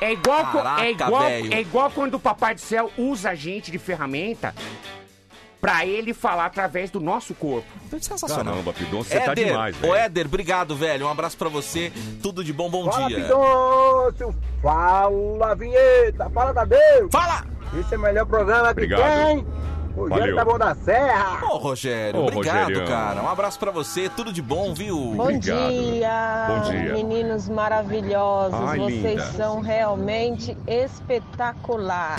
[SPEAKER 6] É igual, co-
[SPEAKER 2] Caraca,
[SPEAKER 6] é igual,
[SPEAKER 2] velho.
[SPEAKER 6] é igual quando o Papai do Céu usa a gente de ferramenta pra ele falar através do nosso corpo.
[SPEAKER 2] Sensacional.
[SPEAKER 3] Caramba, Pidon, você tá
[SPEAKER 2] Éder,
[SPEAKER 3] demais,
[SPEAKER 2] Ô,
[SPEAKER 3] velho.
[SPEAKER 2] Éder, obrigado, velho. Um abraço pra você. Tudo de bom, bom
[SPEAKER 10] Fala,
[SPEAKER 2] dia.
[SPEAKER 10] Pidoncio! Fala, vinheta! Fala, Tadeu!
[SPEAKER 2] Fala!
[SPEAKER 10] Esse é o melhor programa que
[SPEAKER 3] Obrigado.
[SPEAKER 10] tem!
[SPEAKER 3] Valeu.
[SPEAKER 10] Rogério da Boa da Serra!
[SPEAKER 2] Ô, Rogério,
[SPEAKER 3] Ô,
[SPEAKER 2] obrigado,
[SPEAKER 3] Rogerião.
[SPEAKER 2] cara. Um abraço pra você. Tudo de bom, viu?
[SPEAKER 13] Bom dia,
[SPEAKER 3] Bom dia.
[SPEAKER 13] meninos maravilhosos.
[SPEAKER 2] Ai,
[SPEAKER 13] Vocês
[SPEAKER 2] linda.
[SPEAKER 13] são realmente espetacular.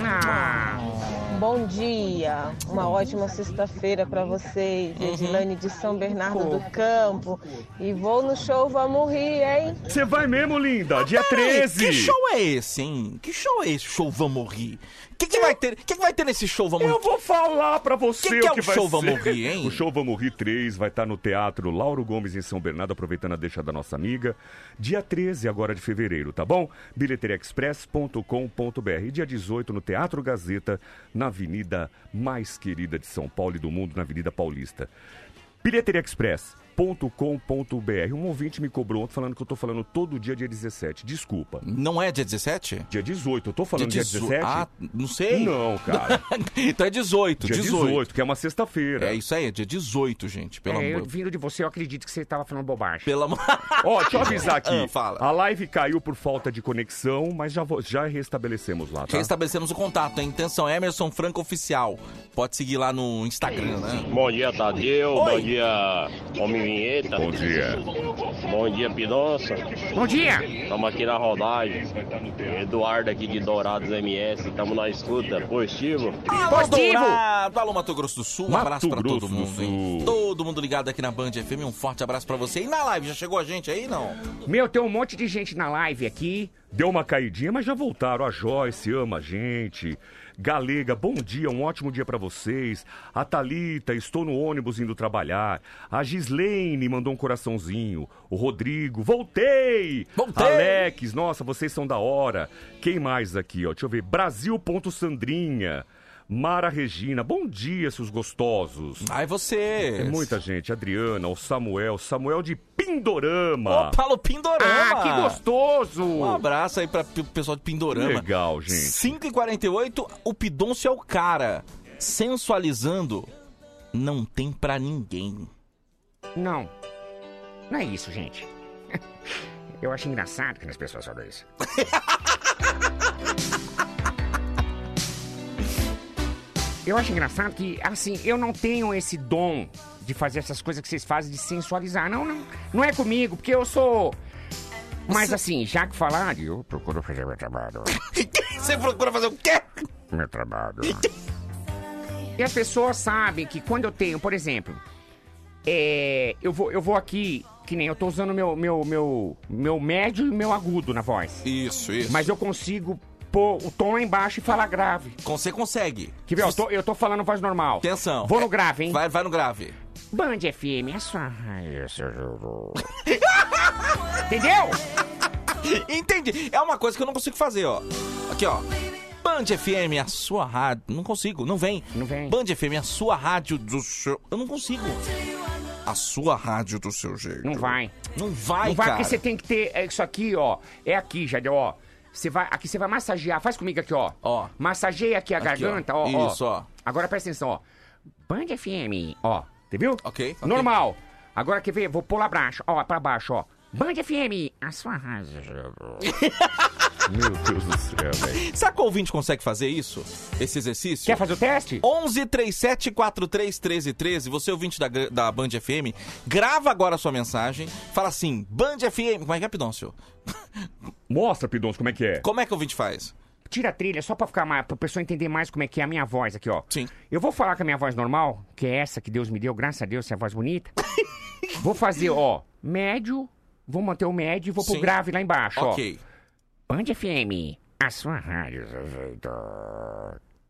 [SPEAKER 13] Bom dia, uma ótima sexta-feira para vocês. Edilane de São Bernardo do Campo. E vou no show, vamos rir, hein?
[SPEAKER 3] Você vai mesmo, linda? Dia
[SPEAKER 2] Ei,
[SPEAKER 3] 13.
[SPEAKER 2] Que show é esse, hein? Que show é esse? Show Vamos Rir. O que, que vai ter? que, que vai ter nesse show Vamos
[SPEAKER 3] Eu
[SPEAKER 2] Rir?
[SPEAKER 3] vou falar pra você
[SPEAKER 2] Que que
[SPEAKER 3] o que,
[SPEAKER 2] é o
[SPEAKER 3] vai
[SPEAKER 2] show
[SPEAKER 3] ser.
[SPEAKER 2] Vamos Rir, hein?
[SPEAKER 3] O show Vamos Rir 3 vai estar no Teatro Lauro Gomes em São Bernardo, aproveitando a deixa da nossa amiga. Dia 13 agora de fevereiro, tá bom? bilheteriaexpress.com.br. E dia 18 no Teatro Gazeta, na avenida mais querida de São Paulo e do mundo, na Avenida Paulista. Bilheteria Express.
[SPEAKER 14] Globoesporte.com.br. Um ouvinte me cobrou ontem falando que eu tô falando todo dia dia 17. Desculpa.
[SPEAKER 2] Não é dia 17?
[SPEAKER 14] Dia 18. Eu tô falando dia,
[SPEAKER 2] dezo-
[SPEAKER 14] 17?
[SPEAKER 2] Ah, não sei.
[SPEAKER 14] Não, cara.
[SPEAKER 2] então é 18,
[SPEAKER 14] Dia
[SPEAKER 2] 18.
[SPEAKER 14] 18, que é uma sexta-feira.
[SPEAKER 2] É isso aí, é dia 18, gente, pelo
[SPEAKER 14] É,
[SPEAKER 2] amor
[SPEAKER 14] eu-
[SPEAKER 2] de
[SPEAKER 6] Vindo de você, eu acredito que você tava falando bobagem.
[SPEAKER 2] Pelo amor...
[SPEAKER 14] Ó, deixa eu avisar aqui.
[SPEAKER 2] Ah, fala.
[SPEAKER 14] A live caiu por falta de conexão, mas já, vo- já restabelecemos lá, tá?
[SPEAKER 2] Restabelecemos o contato, hein? Intenção Emerson Franco Oficial. Pode seguir lá no Instagram, né?
[SPEAKER 3] Bom dia, Tadeu.
[SPEAKER 2] Oi.
[SPEAKER 3] Bom dia, Homem Vinheta. Bom dia. Bom dia, Pidonça.
[SPEAKER 6] Bom dia.
[SPEAKER 3] Estamos aqui na rodagem. Eduardo aqui de Dourados MS. Estamos na escuta. Positivo.
[SPEAKER 2] Alô, Dourado, alô, Mato Grosso do Sul. Um
[SPEAKER 3] Mato
[SPEAKER 2] abraço pra
[SPEAKER 3] Grosso
[SPEAKER 2] todo
[SPEAKER 3] do
[SPEAKER 2] mundo, hein? Todo mundo ligado aqui na Band FM. Um forte abraço pra você. E na live, já chegou a gente aí, não?
[SPEAKER 6] Meu, tem um monte de gente na live aqui.
[SPEAKER 14] Deu uma caidinha, mas já voltaram. A Joyce ama a gente. Galega, bom dia, um ótimo dia pra vocês. A Thalita, estou no ônibus indo trabalhar. A Gislaine mandou um coraçãozinho. O Rodrigo, voltei! Voltei! Alex, nossa, vocês são da hora. Quem mais aqui, ó? Deixa eu ver. Brasil.sandrinha. Mara Regina, bom dia, seus gostosos.
[SPEAKER 2] Ai, você.
[SPEAKER 14] É muita gente. Adriana, o Samuel, Samuel de Pindorama.
[SPEAKER 2] Opa, alô, Pindorama.
[SPEAKER 14] Ah, que gostoso.
[SPEAKER 2] Um abraço aí pra p- pessoal de Pindorama.
[SPEAKER 14] Legal, gente.
[SPEAKER 2] 5h48, o Pidoncio é o cara. Sensualizando, não tem pra ninguém.
[SPEAKER 6] Não. Não é isso, gente. Eu acho engraçado que as pessoas falam isso. Eu acho engraçado que, assim, eu não tenho esse dom de fazer essas coisas que vocês fazem de sensualizar. Não, não, não é comigo, porque eu sou. Mas assim, já que falaram, eu procuro fazer meu trabalho.
[SPEAKER 2] Você procura fazer o quê?
[SPEAKER 6] Meu trabalho. né? E as pessoas sabem que quando eu tenho, por exemplo, é, eu, vou, eu vou aqui, que nem eu tô usando meu, meu, meu, meu médio e meu agudo na voz.
[SPEAKER 2] Isso, isso.
[SPEAKER 6] Mas eu consigo pôr o tom lá embaixo e falar grave.
[SPEAKER 2] Você consegue.
[SPEAKER 6] Que ver, eu tô, eu tô falando voz normal.
[SPEAKER 2] Atenção.
[SPEAKER 6] Vou no grave, hein?
[SPEAKER 2] Vai, vai no grave.
[SPEAKER 6] Band FM, é só. Entendeu?
[SPEAKER 2] Entendi. É uma coisa que eu não consigo fazer, ó. Aqui, ó. Band FM, a sua rádio. Não consigo, não vem. Não vem. Band FM, a sua rádio do seu. Eu não consigo. A sua rádio do seu jeito.
[SPEAKER 6] Não vai.
[SPEAKER 2] Não vai,
[SPEAKER 6] Não vai,
[SPEAKER 2] cara.
[SPEAKER 6] porque você tem que ter é, isso aqui, ó. É aqui, Jade, ó. Você vai, aqui você vai massagear. Faz comigo aqui, ó. Ó. Massageia aqui a
[SPEAKER 2] Aqui, ó.
[SPEAKER 6] garganta, ó. ó.
[SPEAKER 2] Isso, ó.
[SPEAKER 6] Agora presta atenção, ó. Band FM, ó. Entendeu?
[SPEAKER 2] Ok.
[SPEAKER 6] Normal. Agora quer ver? Vou pôr lá baixo, ó, pra baixo, ó. Band FM, a sua rádio.
[SPEAKER 14] Meu Deus do céu, velho.
[SPEAKER 2] Será que o ouvinte consegue fazer isso? Esse exercício?
[SPEAKER 6] Quer fazer o teste?
[SPEAKER 2] 11 37 43 13 13. Você ouvinte da, gra- da Band FM, grava agora a sua mensagem. Fala assim, Band FM. Como é que é, Pidoncio?
[SPEAKER 14] Mostra, Pidoncio, como é que é.
[SPEAKER 2] Como é que o ouvinte faz?
[SPEAKER 6] Tira a trilha só pra ficar mais, pra pessoa entender mais como é que é a minha voz aqui, ó.
[SPEAKER 2] Sim.
[SPEAKER 6] Eu vou falar com a minha voz normal, que é essa que Deus me deu, graças a Deus, essa voz bonita. vou fazer, ó, médio, vou manter o médio e vou
[SPEAKER 2] Sim.
[SPEAKER 6] pro grave lá embaixo,
[SPEAKER 2] Ok.
[SPEAKER 6] ó. Band FM, a sua rádio.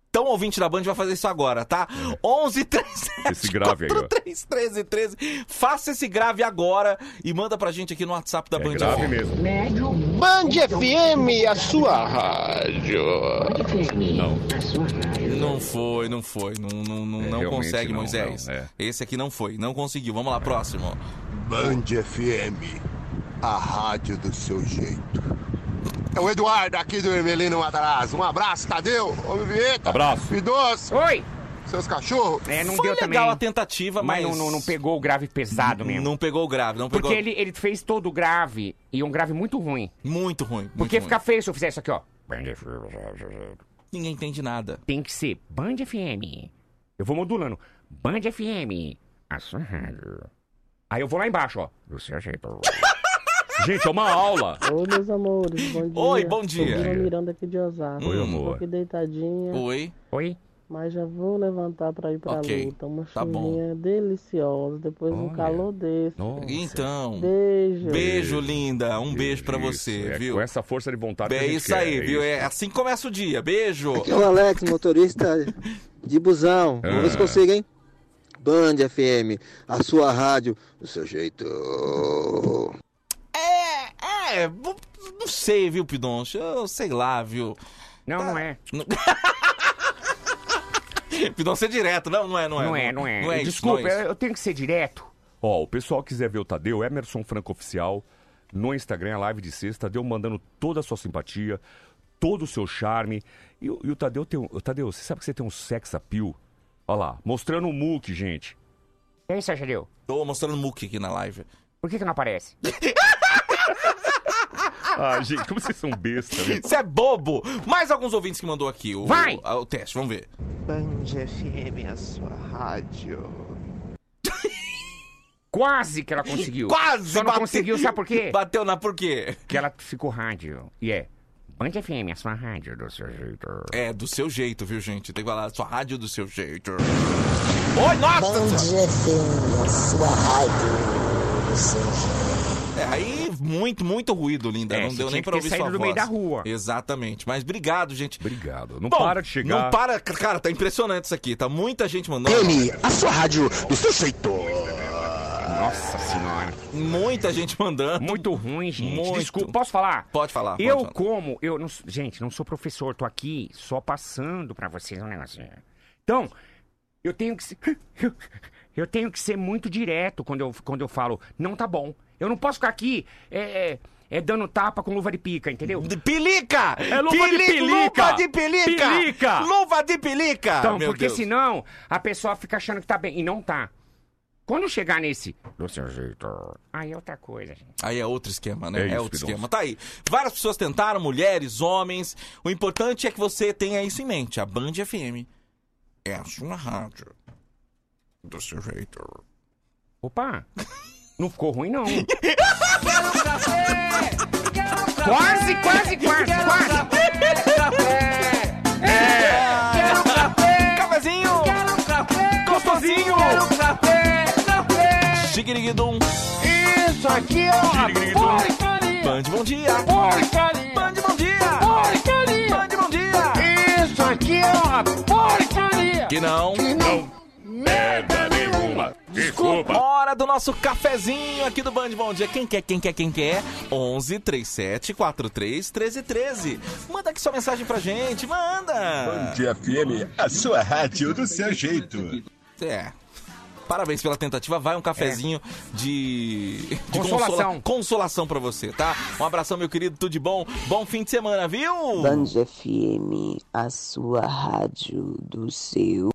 [SPEAKER 2] Então, ouvinte da Band vai fazer isso agora, tá? 11 37
[SPEAKER 14] Esse grave aí, ó.
[SPEAKER 2] 43 13 13. Faça esse grave agora e manda pra gente aqui no WhatsApp da Band
[SPEAKER 14] grave
[SPEAKER 2] FM.
[SPEAKER 14] mesmo.
[SPEAKER 10] Band FM, a sua rádio.
[SPEAKER 14] Não.
[SPEAKER 2] Não foi, não foi. Não, não, não, não
[SPEAKER 10] realmente
[SPEAKER 2] consegue,
[SPEAKER 10] não,
[SPEAKER 2] Moisés.
[SPEAKER 10] não, é.
[SPEAKER 2] Esse aqui não foi, não conseguiu. Vamos lá, próximo.
[SPEAKER 10] Band FM, a rádio do seu jeito. É o Eduardo aqui do Ermelino Matarazzo. Um abraço, Tadeu. Homem Vinheta.
[SPEAKER 14] Abraço.
[SPEAKER 10] Idoso.
[SPEAKER 6] Oi.
[SPEAKER 10] Seus cachorros.
[SPEAKER 6] É, não
[SPEAKER 10] Foi
[SPEAKER 6] deu
[SPEAKER 10] legal
[SPEAKER 6] também.
[SPEAKER 10] a
[SPEAKER 2] tentativa,
[SPEAKER 6] mas...
[SPEAKER 10] mas-
[SPEAKER 6] não, não- não pegou o grave pesado mesmo.
[SPEAKER 2] Não pegou o grave, não pegou.
[SPEAKER 6] Porque ele, ele fez todo o grave e um grave muito ruim.
[SPEAKER 2] Muito ruim.
[SPEAKER 6] Porque
[SPEAKER 2] muito
[SPEAKER 6] fica
[SPEAKER 2] ruim.
[SPEAKER 6] feio se eu fizer isso aqui, ó.
[SPEAKER 2] Ninguém entende nada.
[SPEAKER 6] Tem que ser Band FM. Eu vou modulando. Band FM. A sua rádio. Aí eu vou lá embaixo, ó. Do seu jeito.
[SPEAKER 14] Gente, é uma aula.
[SPEAKER 15] Oi, meus amores, bom dia.
[SPEAKER 2] Oi, bom
[SPEAKER 14] é,
[SPEAKER 2] dia.
[SPEAKER 15] Sou Bruna Miranda aqui de Osasco.
[SPEAKER 2] Oi,
[SPEAKER 15] Tô
[SPEAKER 2] amor.
[SPEAKER 15] aqui deitadinha.
[SPEAKER 2] Oi.
[SPEAKER 6] Oi.
[SPEAKER 15] Mas já vou levantar pra ir pra
[SPEAKER 2] Ok,
[SPEAKER 15] luta. Uma
[SPEAKER 2] tá bom.
[SPEAKER 15] chuvinha deliciosa. Depois um calor desse.
[SPEAKER 2] Então.
[SPEAKER 15] Beijo.
[SPEAKER 2] Beijo, linda. Um beijo pra você,
[SPEAKER 14] É,
[SPEAKER 2] viu?
[SPEAKER 14] com essa força de vontade que
[SPEAKER 2] É
[SPEAKER 14] a gente
[SPEAKER 2] isso
[SPEAKER 14] quer,
[SPEAKER 2] aí,
[SPEAKER 14] é
[SPEAKER 2] viu?
[SPEAKER 14] isso.
[SPEAKER 2] É assim que começa o dia. Beijo.
[SPEAKER 16] Aqui é o Alex, motorista de busão. Vamos ver se
[SPEAKER 2] Ah.
[SPEAKER 16] consigo, hein? Band FM, a sua rádio, do seu jeito.
[SPEAKER 2] É, é, bu- não sei, viu, Pidoncho? Eu sei lá, viu?
[SPEAKER 6] Não, não é.
[SPEAKER 2] Pidoncho é direto, não, não é, não é.
[SPEAKER 6] Não é, não é.
[SPEAKER 2] Não é isso,
[SPEAKER 6] Desculpa,
[SPEAKER 2] não é isso.
[SPEAKER 6] eu- eu tenho que ser direto.
[SPEAKER 3] Ó, o pessoal quiser ver o Tadeu, Emerson Franco Oficial, no Instagram, a live de sexta, Tadeu mandando toda a sua simpatia, todo o seu charme. E, o- e o Tadeu tem um. o Tadeu, você sabe que você tem um sex appeal? Olha lá, mostrando o muque, gente.
[SPEAKER 6] E aí, Sérgio Tadeu?
[SPEAKER 2] Tô mostrando o muque aqui na live.
[SPEAKER 6] Por que, que não aparece?
[SPEAKER 3] Ah, gente, como vocês são bestas, né?
[SPEAKER 2] Isso é bobo! Mais alguns ouvintes que mandou aqui. O,
[SPEAKER 10] Vai!
[SPEAKER 2] a- O, teste, vamos ver.
[SPEAKER 10] Band FM, a sua rádio.
[SPEAKER 6] Quase que ela conseguiu.
[SPEAKER 2] Quase
[SPEAKER 6] Só não
[SPEAKER 2] bate-
[SPEAKER 6] conseguiu, sabe por quê?
[SPEAKER 2] Bateu na por quê?
[SPEAKER 6] Que ela ficou rádio. E é. Band FM, a sua rádio do seu jeito.
[SPEAKER 2] É, do seu jeito, viu, gente? Tem que falar, sua rádio do seu jeito.
[SPEAKER 10] Oi, nossa! Band FM, a sua rádio.
[SPEAKER 2] É, aí muito, muito ruído, linda.
[SPEAKER 3] É,
[SPEAKER 2] não
[SPEAKER 3] você
[SPEAKER 2] deu nem
[SPEAKER 3] tinha que
[SPEAKER 2] pra
[SPEAKER 3] ter
[SPEAKER 2] ouvir
[SPEAKER 3] saído
[SPEAKER 2] sua
[SPEAKER 3] no
[SPEAKER 2] voz.
[SPEAKER 3] meio da rua.
[SPEAKER 2] Exatamente. Mas obrigado, gente.
[SPEAKER 3] Obrigado. Não
[SPEAKER 2] Bom,
[SPEAKER 3] para de chegar.
[SPEAKER 2] Não para. Cara, tá impressionante isso aqui. Tá muita gente mandando.
[SPEAKER 10] Ele,
[SPEAKER 2] a sua rádio do seu jeito.
[SPEAKER 6] Nossa senhora.
[SPEAKER 2] Muita gente mandando.
[SPEAKER 6] Muito ruim, gente.
[SPEAKER 2] Muito.
[SPEAKER 6] Desculpa, posso falar?
[SPEAKER 2] Pode falar. pode
[SPEAKER 6] eu
[SPEAKER 2] falar.
[SPEAKER 6] como, eu não, gente, não sou professor, tô aqui só passando pra vocês um negocinho. Então, eu tenho que ser, eu, tenho que ser muito direto quando eu, quando eu falo, não tá bom. Eu não posso ficar aqui é, é, é dando tapa com luva de pica, entendeu? De
[SPEAKER 2] pelica!
[SPEAKER 6] É luva de
[SPEAKER 2] Peli-
[SPEAKER 6] pelica!
[SPEAKER 2] luva de pelica!
[SPEAKER 6] Pelica!
[SPEAKER 2] Luva de pelica!
[SPEAKER 6] Então,
[SPEAKER 2] Meu
[SPEAKER 6] porque
[SPEAKER 2] Deus.
[SPEAKER 6] senão a pessoa fica achando que tá bem e não tá. Quando chegar nesse, do seu jeito, aí é outra coisa, gente.
[SPEAKER 2] Aí é outro esquema, né?
[SPEAKER 6] É
[SPEAKER 2] É,
[SPEAKER 6] isso,
[SPEAKER 2] outro
[SPEAKER 6] Pidoncio.
[SPEAKER 2] esquema. Tá aí. Várias pessoas tentaram, mulheres, homens. O importante é que você tenha isso em mente. A Band FM é a sua rádio. Do seu jeito.
[SPEAKER 6] Opa! Não ficou ruim, não. Quase, quase, quase, quase.
[SPEAKER 10] Quero um café! Cafezinho! Quero um café! Gostosinho! Quero um café! Café!
[SPEAKER 2] Chiquiriguidum.
[SPEAKER 10] Isso aqui é uma porcaria!
[SPEAKER 2] Band, bom dia.
[SPEAKER 10] Porcaria! Band, bom dia! Porcaria! Band, bom dia! Isso aqui é uma porcaria!
[SPEAKER 2] Que não.
[SPEAKER 10] Que não!
[SPEAKER 2] Merda nenhuma. Desculpa. Hora do nosso cafezinho aqui do Band Bom Dia. Quem quer, quem quer, quem quer? 11 37 43 13 13. Manda aqui sua mensagem pra gente. Manda.
[SPEAKER 17] Band FM, a sua rádio do seu jeito.
[SPEAKER 2] É. Parabéns pela tentativa. Vai um cafezinho de, de
[SPEAKER 17] Consolação.
[SPEAKER 2] consola- consolação pra você, tá? Um abração, meu querido. Tudo de bom. Bom fim de semana, viu?
[SPEAKER 18] Band FM, a sua rádio do seu.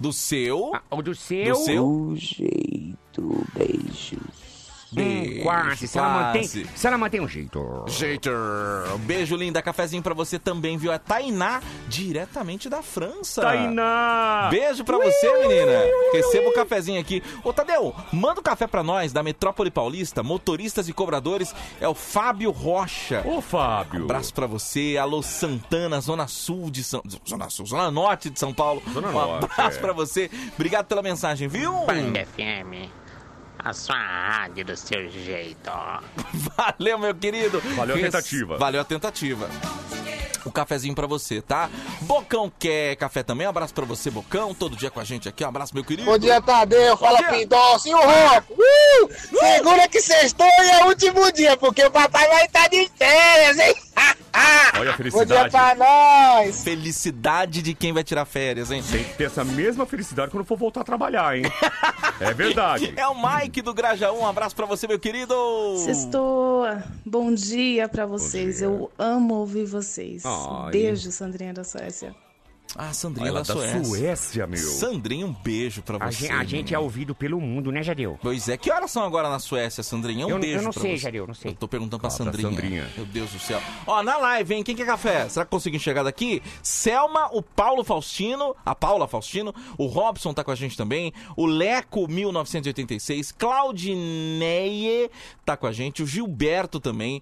[SPEAKER 2] Do seu.
[SPEAKER 6] ou Ah, do seu. hum,
[SPEAKER 2] Do seu.
[SPEAKER 18] Do jeito. Beijos.
[SPEAKER 6] Hum, quase. Se ela, mantém,
[SPEAKER 2] quase.
[SPEAKER 6] se ela mantém um jeito.
[SPEAKER 2] Jeito. Um beijo, linda. Cafezinho pra você também, viu? É Tainá, diretamente da França.
[SPEAKER 3] Tainá!
[SPEAKER 2] Beijo pra você, menina. Receba o cafezinho aqui. Ô, Tadeu, manda o café pra nós da Metrópole Paulista, motoristas e cobradores. É o Fábio Rocha.
[SPEAKER 3] Ô, Fábio.
[SPEAKER 2] Abraço pra você. Alô, Santana, Zona Sul de São... Zona Sul, Zona Norte de São Paulo. Zona um
[SPEAKER 3] Norte,
[SPEAKER 2] abraço
[SPEAKER 3] é.
[SPEAKER 2] pra você. Obrigado pela mensagem, viu?
[SPEAKER 19] Band FM, a sua rádio do seu jeito.
[SPEAKER 2] Valeu, meu querido.
[SPEAKER 19] Valeu a
[SPEAKER 2] Res-
[SPEAKER 19] tentativa.
[SPEAKER 2] Valeu a tentativa. O cafezinho pra você, tá? Bocão quer café também. Um abraço pra você, Bocão. Todo dia com a gente aqui. Um abraço, meu querido.
[SPEAKER 10] Bom dia, Tadeu.
[SPEAKER 2] Bom
[SPEAKER 10] Fala,
[SPEAKER 2] dia.
[SPEAKER 10] Pindócio. E o Rock? Uh! Segura que sextou e é o último dia, porque o papai vai estar de férias, hein?
[SPEAKER 3] Olha a
[SPEAKER 10] Bom dia
[SPEAKER 3] felicidade.
[SPEAKER 10] pra nós!
[SPEAKER 2] Felicidade de quem vai tirar férias, hein?
[SPEAKER 3] Tem que ter essa mesma felicidade quando for voltar a trabalhar, hein? É verdade.
[SPEAKER 2] É o Mike do Grajaú. Um abraço pra você, meu querido.
[SPEAKER 20] Sextou! Bom dia pra vocês. Eu amo ouvir vocês.
[SPEAKER 2] Ai.
[SPEAKER 20] Beijo, Sandrinha da Suécia.
[SPEAKER 2] Ah, Sandrinha
[SPEAKER 3] Ela
[SPEAKER 2] da
[SPEAKER 3] da
[SPEAKER 2] Suécia.
[SPEAKER 3] Suécia, meu.
[SPEAKER 2] Sandrinha, um beijo pra
[SPEAKER 6] A
[SPEAKER 2] você.
[SPEAKER 6] gen- a gente é ouvido pelo mundo, né, Jadeu?
[SPEAKER 2] Pois é, que horas são agora na Suécia, Sandrinha? Um
[SPEAKER 6] Eu- eu
[SPEAKER 2] beijo
[SPEAKER 6] não
[SPEAKER 2] pra
[SPEAKER 6] sei,
[SPEAKER 2] você.
[SPEAKER 6] Jadeu, não sei.
[SPEAKER 2] Eu tô perguntando pra
[SPEAKER 3] Ah, pra
[SPEAKER 2] Sandrinha.
[SPEAKER 3] Sandrinha.
[SPEAKER 2] Meu Deus do céu. Ó, na live, hein? Quem quer café? Será que consigo enxergar daqui? Selma, o Paulo Faustino, a Paula Faustino, o Robson tá com a gente também, o Leco 1986, Claudineie tá com a gente, o Gilberto também.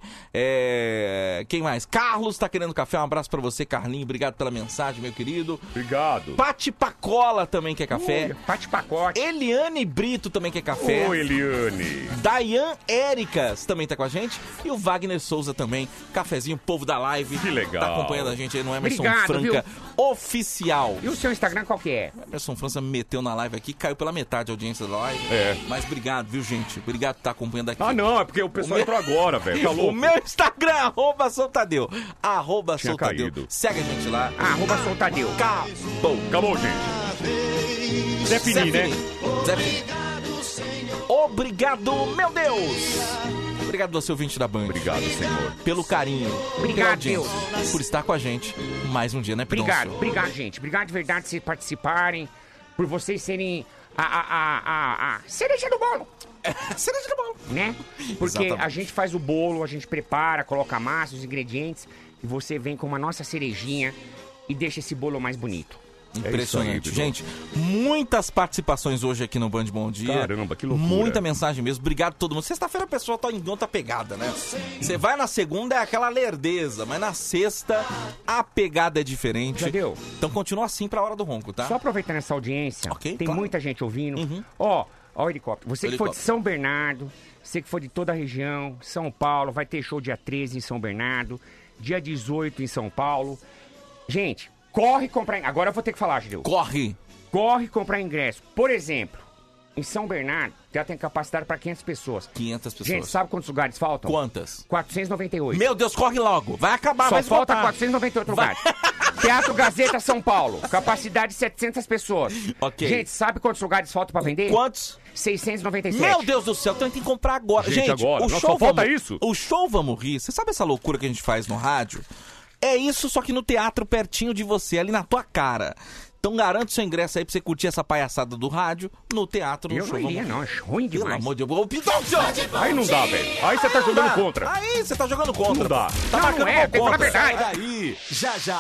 [SPEAKER 2] é, Quem mais? Carlos tá querendo café. Um abraço pra você, Carlinho. Obrigado pela mensagem, meu querido.
[SPEAKER 3] Obrigado.
[SPEAKER 2] Pati Pacola também quer café.
[SPEAKER 3] Olha, Pati Pacote.
[SPEAKER 2] Eliane Brito também quer café.
[SPEAKER 3] Ô, Eliane.
[SPEAKER 2] Dayan Éricas também tá com a gente. E o Wagner Souza também. Cafezinho, povo da live. Que
[SPEAKER 3] legal.
[SPEAKER 2] Tá acompanhando a gente aí no Emerson
[SPEAKER 6] Obrigado,
[SPEAKER 2] Franca Oficial.
[SPEAKER 6] E o seu Instagram qual que é?
[SPEAKER 2] O Emerson França meteu na live aqui, caiu pela metade a audiência da live.
[SPEAKER 3] É.
[SPEAKER 2] Mas obrigado, viu, gente? Obrigado por estar acompanhando aqui.
[SPEAKER 3] Ah, não, é porque o pessoal
[SPEAKER 2] O
[SPEAKER 3] entrou
[SPEAKER 2] meu-
[SPEAKER 3] agora, velho. Tá
[SPEAKER 2] o
[SPEAKER 3] louco?
[SPEAKER 2] meu Instagram, arroba Soltadeu. Arroba
[SPEAKER 3] Tinha
[SPEAKER 2] Soltadeu.
[SPEAKER 3] caído.
[SPEAKER 2] Segue a gente lá.
[SPEAKER 6] Arroba Soltadeu.
[SPEAKER 2] Acabou.
[SPEAKER 3] Acabou, gente.
[SPEAKER 2] Zé Fini, né? Zé Fini. Ô, Obrigado, meu Deus! Obrigado, você ouvinte da Band. Obrigado, Senhor. Pelo carinho. pela
[SPEAKER 6] Obrigado,
[SPEAKER 2] audiência, Por estar com a gente mais um dia, né, Pidoncio?
[SPEAKER 6] Obrigado, obrigado, gente. Obrigado de verdade por vocês participarem, por vocês serem a, a, a, a, a cereja do bolo.
[SPEAKER 2] cereja do bolo.
[SPEAKER 6] Né? Porque
[SPEAKER 21] Exatamente.
[SPEAKER 6] a gente faz o bolo, a gente prepara, coloca a massa, os ingredientes, e você vem com uma nossa cerejinha e deixa esse bolo mais bonito.
[SPEAKER 2] Impressionante. gente, muitas participações hoje aqui no Band Bom Dia.
[SPEAKER 10] Caramba, que loucura.
[SPEAKER 2] Muita mensagem mesmo. Obrigado a todo mundo. Sexta-feira a pessoa tá em outra pegada, né? Você vai na segunda, é aquela lerdeza, mas na sexta a pegada é diferente.
[SPEAKER 6] Já deu?
[SPEAKER 2] Então continua assim pra hora do ronco, tá? Uhum.
[SPEAKER 6] Só aproveitando essa audiência, tem muita gente ouvindo. Ó, ó o helicóptero. Você que for de
[SPEAKER 2] Helicóptero.
[SPEAKER 6] São Bernardo, você que for de toda a região, São Paulo, vai ter show dia 13 em São Bernardo, dia 18 em São Paulo. Gente, corre comprar. in- Agora eu vou ter que falar, Gil.
[SPEAKER 2] Corre!
[SPEAKER 6] Corre comprar ingresso. Por exemplo, em São Bernardo já tem capacidade para 500 pessoas.
[SPEAKER 2] 500 pessoas.
[SPEAKER 6] Gente, sabe quantos lugares faltam?
[SPEAKER 2] Quantas?
[SPEAKER 6] 498.
[SPEAKER 2] Meu Deus, corre logo. Vai acabar,
[SPEAKER 6] Só
[SPEAKER 2] vai
[SPEAKER 6] falta
[SPEAKER 2] esgotar.
[SPEAKER 6] 498 lugares. Teatro Gazeta São Paulo, capacidade 700 pessoas.
[SPEAKER 2] Ok.
[SPEAKER 6] Gente, sabe quantos lugares faltam pra vender?
[SPEAKER 2] Quantos?
[SPEAKER 6] 697.
[SPEAKER 2] Meu Deus do céu, então tem que comprar agora.
[SPEAKER 6] Gente,
[SPEAKER 2] Gente,
[SPEAKER 6] agora.
[SPEAKER 2] o
[SPEAKER 6] Nossa,
[SPEAKER 2] show
[SPEAKER 6] só falta
[SPEAKER 2] Vamos-
[SPEAKER 6] isso.
[SPEAKER 2] O show Vamos Rir, você sabe essa loucura que a gente faz no rádio? É isso, só que no teatro pertinho de você, ali na tua cara. Então garanto seu ingresso aí pra você curtir essa palhaçada do rádio no teatro, no
[SPEAKER 6] Eu
[SPEAKER 2] show.
[SPEAKER 6] não iria,
[SPEAKER 2] Vamos Rir.
[SPEAKER 6] não. É ruim
[SPEAKER 2] Pelo
[SPEAKER 6] demais.
[SPEAKER 2] amor de Deus. Ô, Pidoncio!
[SPEAKER 6] Aí não dá, velho. Aí você tá
[SPEAKER 2] Não
[SPEAKER 6] jogando
[SPEAKER 2] dá.
[SPEAKER 6] contra.
[SPEAKER 2] Aí você tá jogando contra.
[SPEAKER 6] Não dá.
[SPEAKER 2] Tá
[SPEAKER 6] Não,
[SPEAKER 2] marcando
[SPEAKER 6] não é,
[SPEAKER 2] gol
[SPEAKER 6] tem que falar a
[SPEAKER 2] contra.
[SPEAKER 6] verdade.
[SPEAKER 2] Sai daí. Já, já.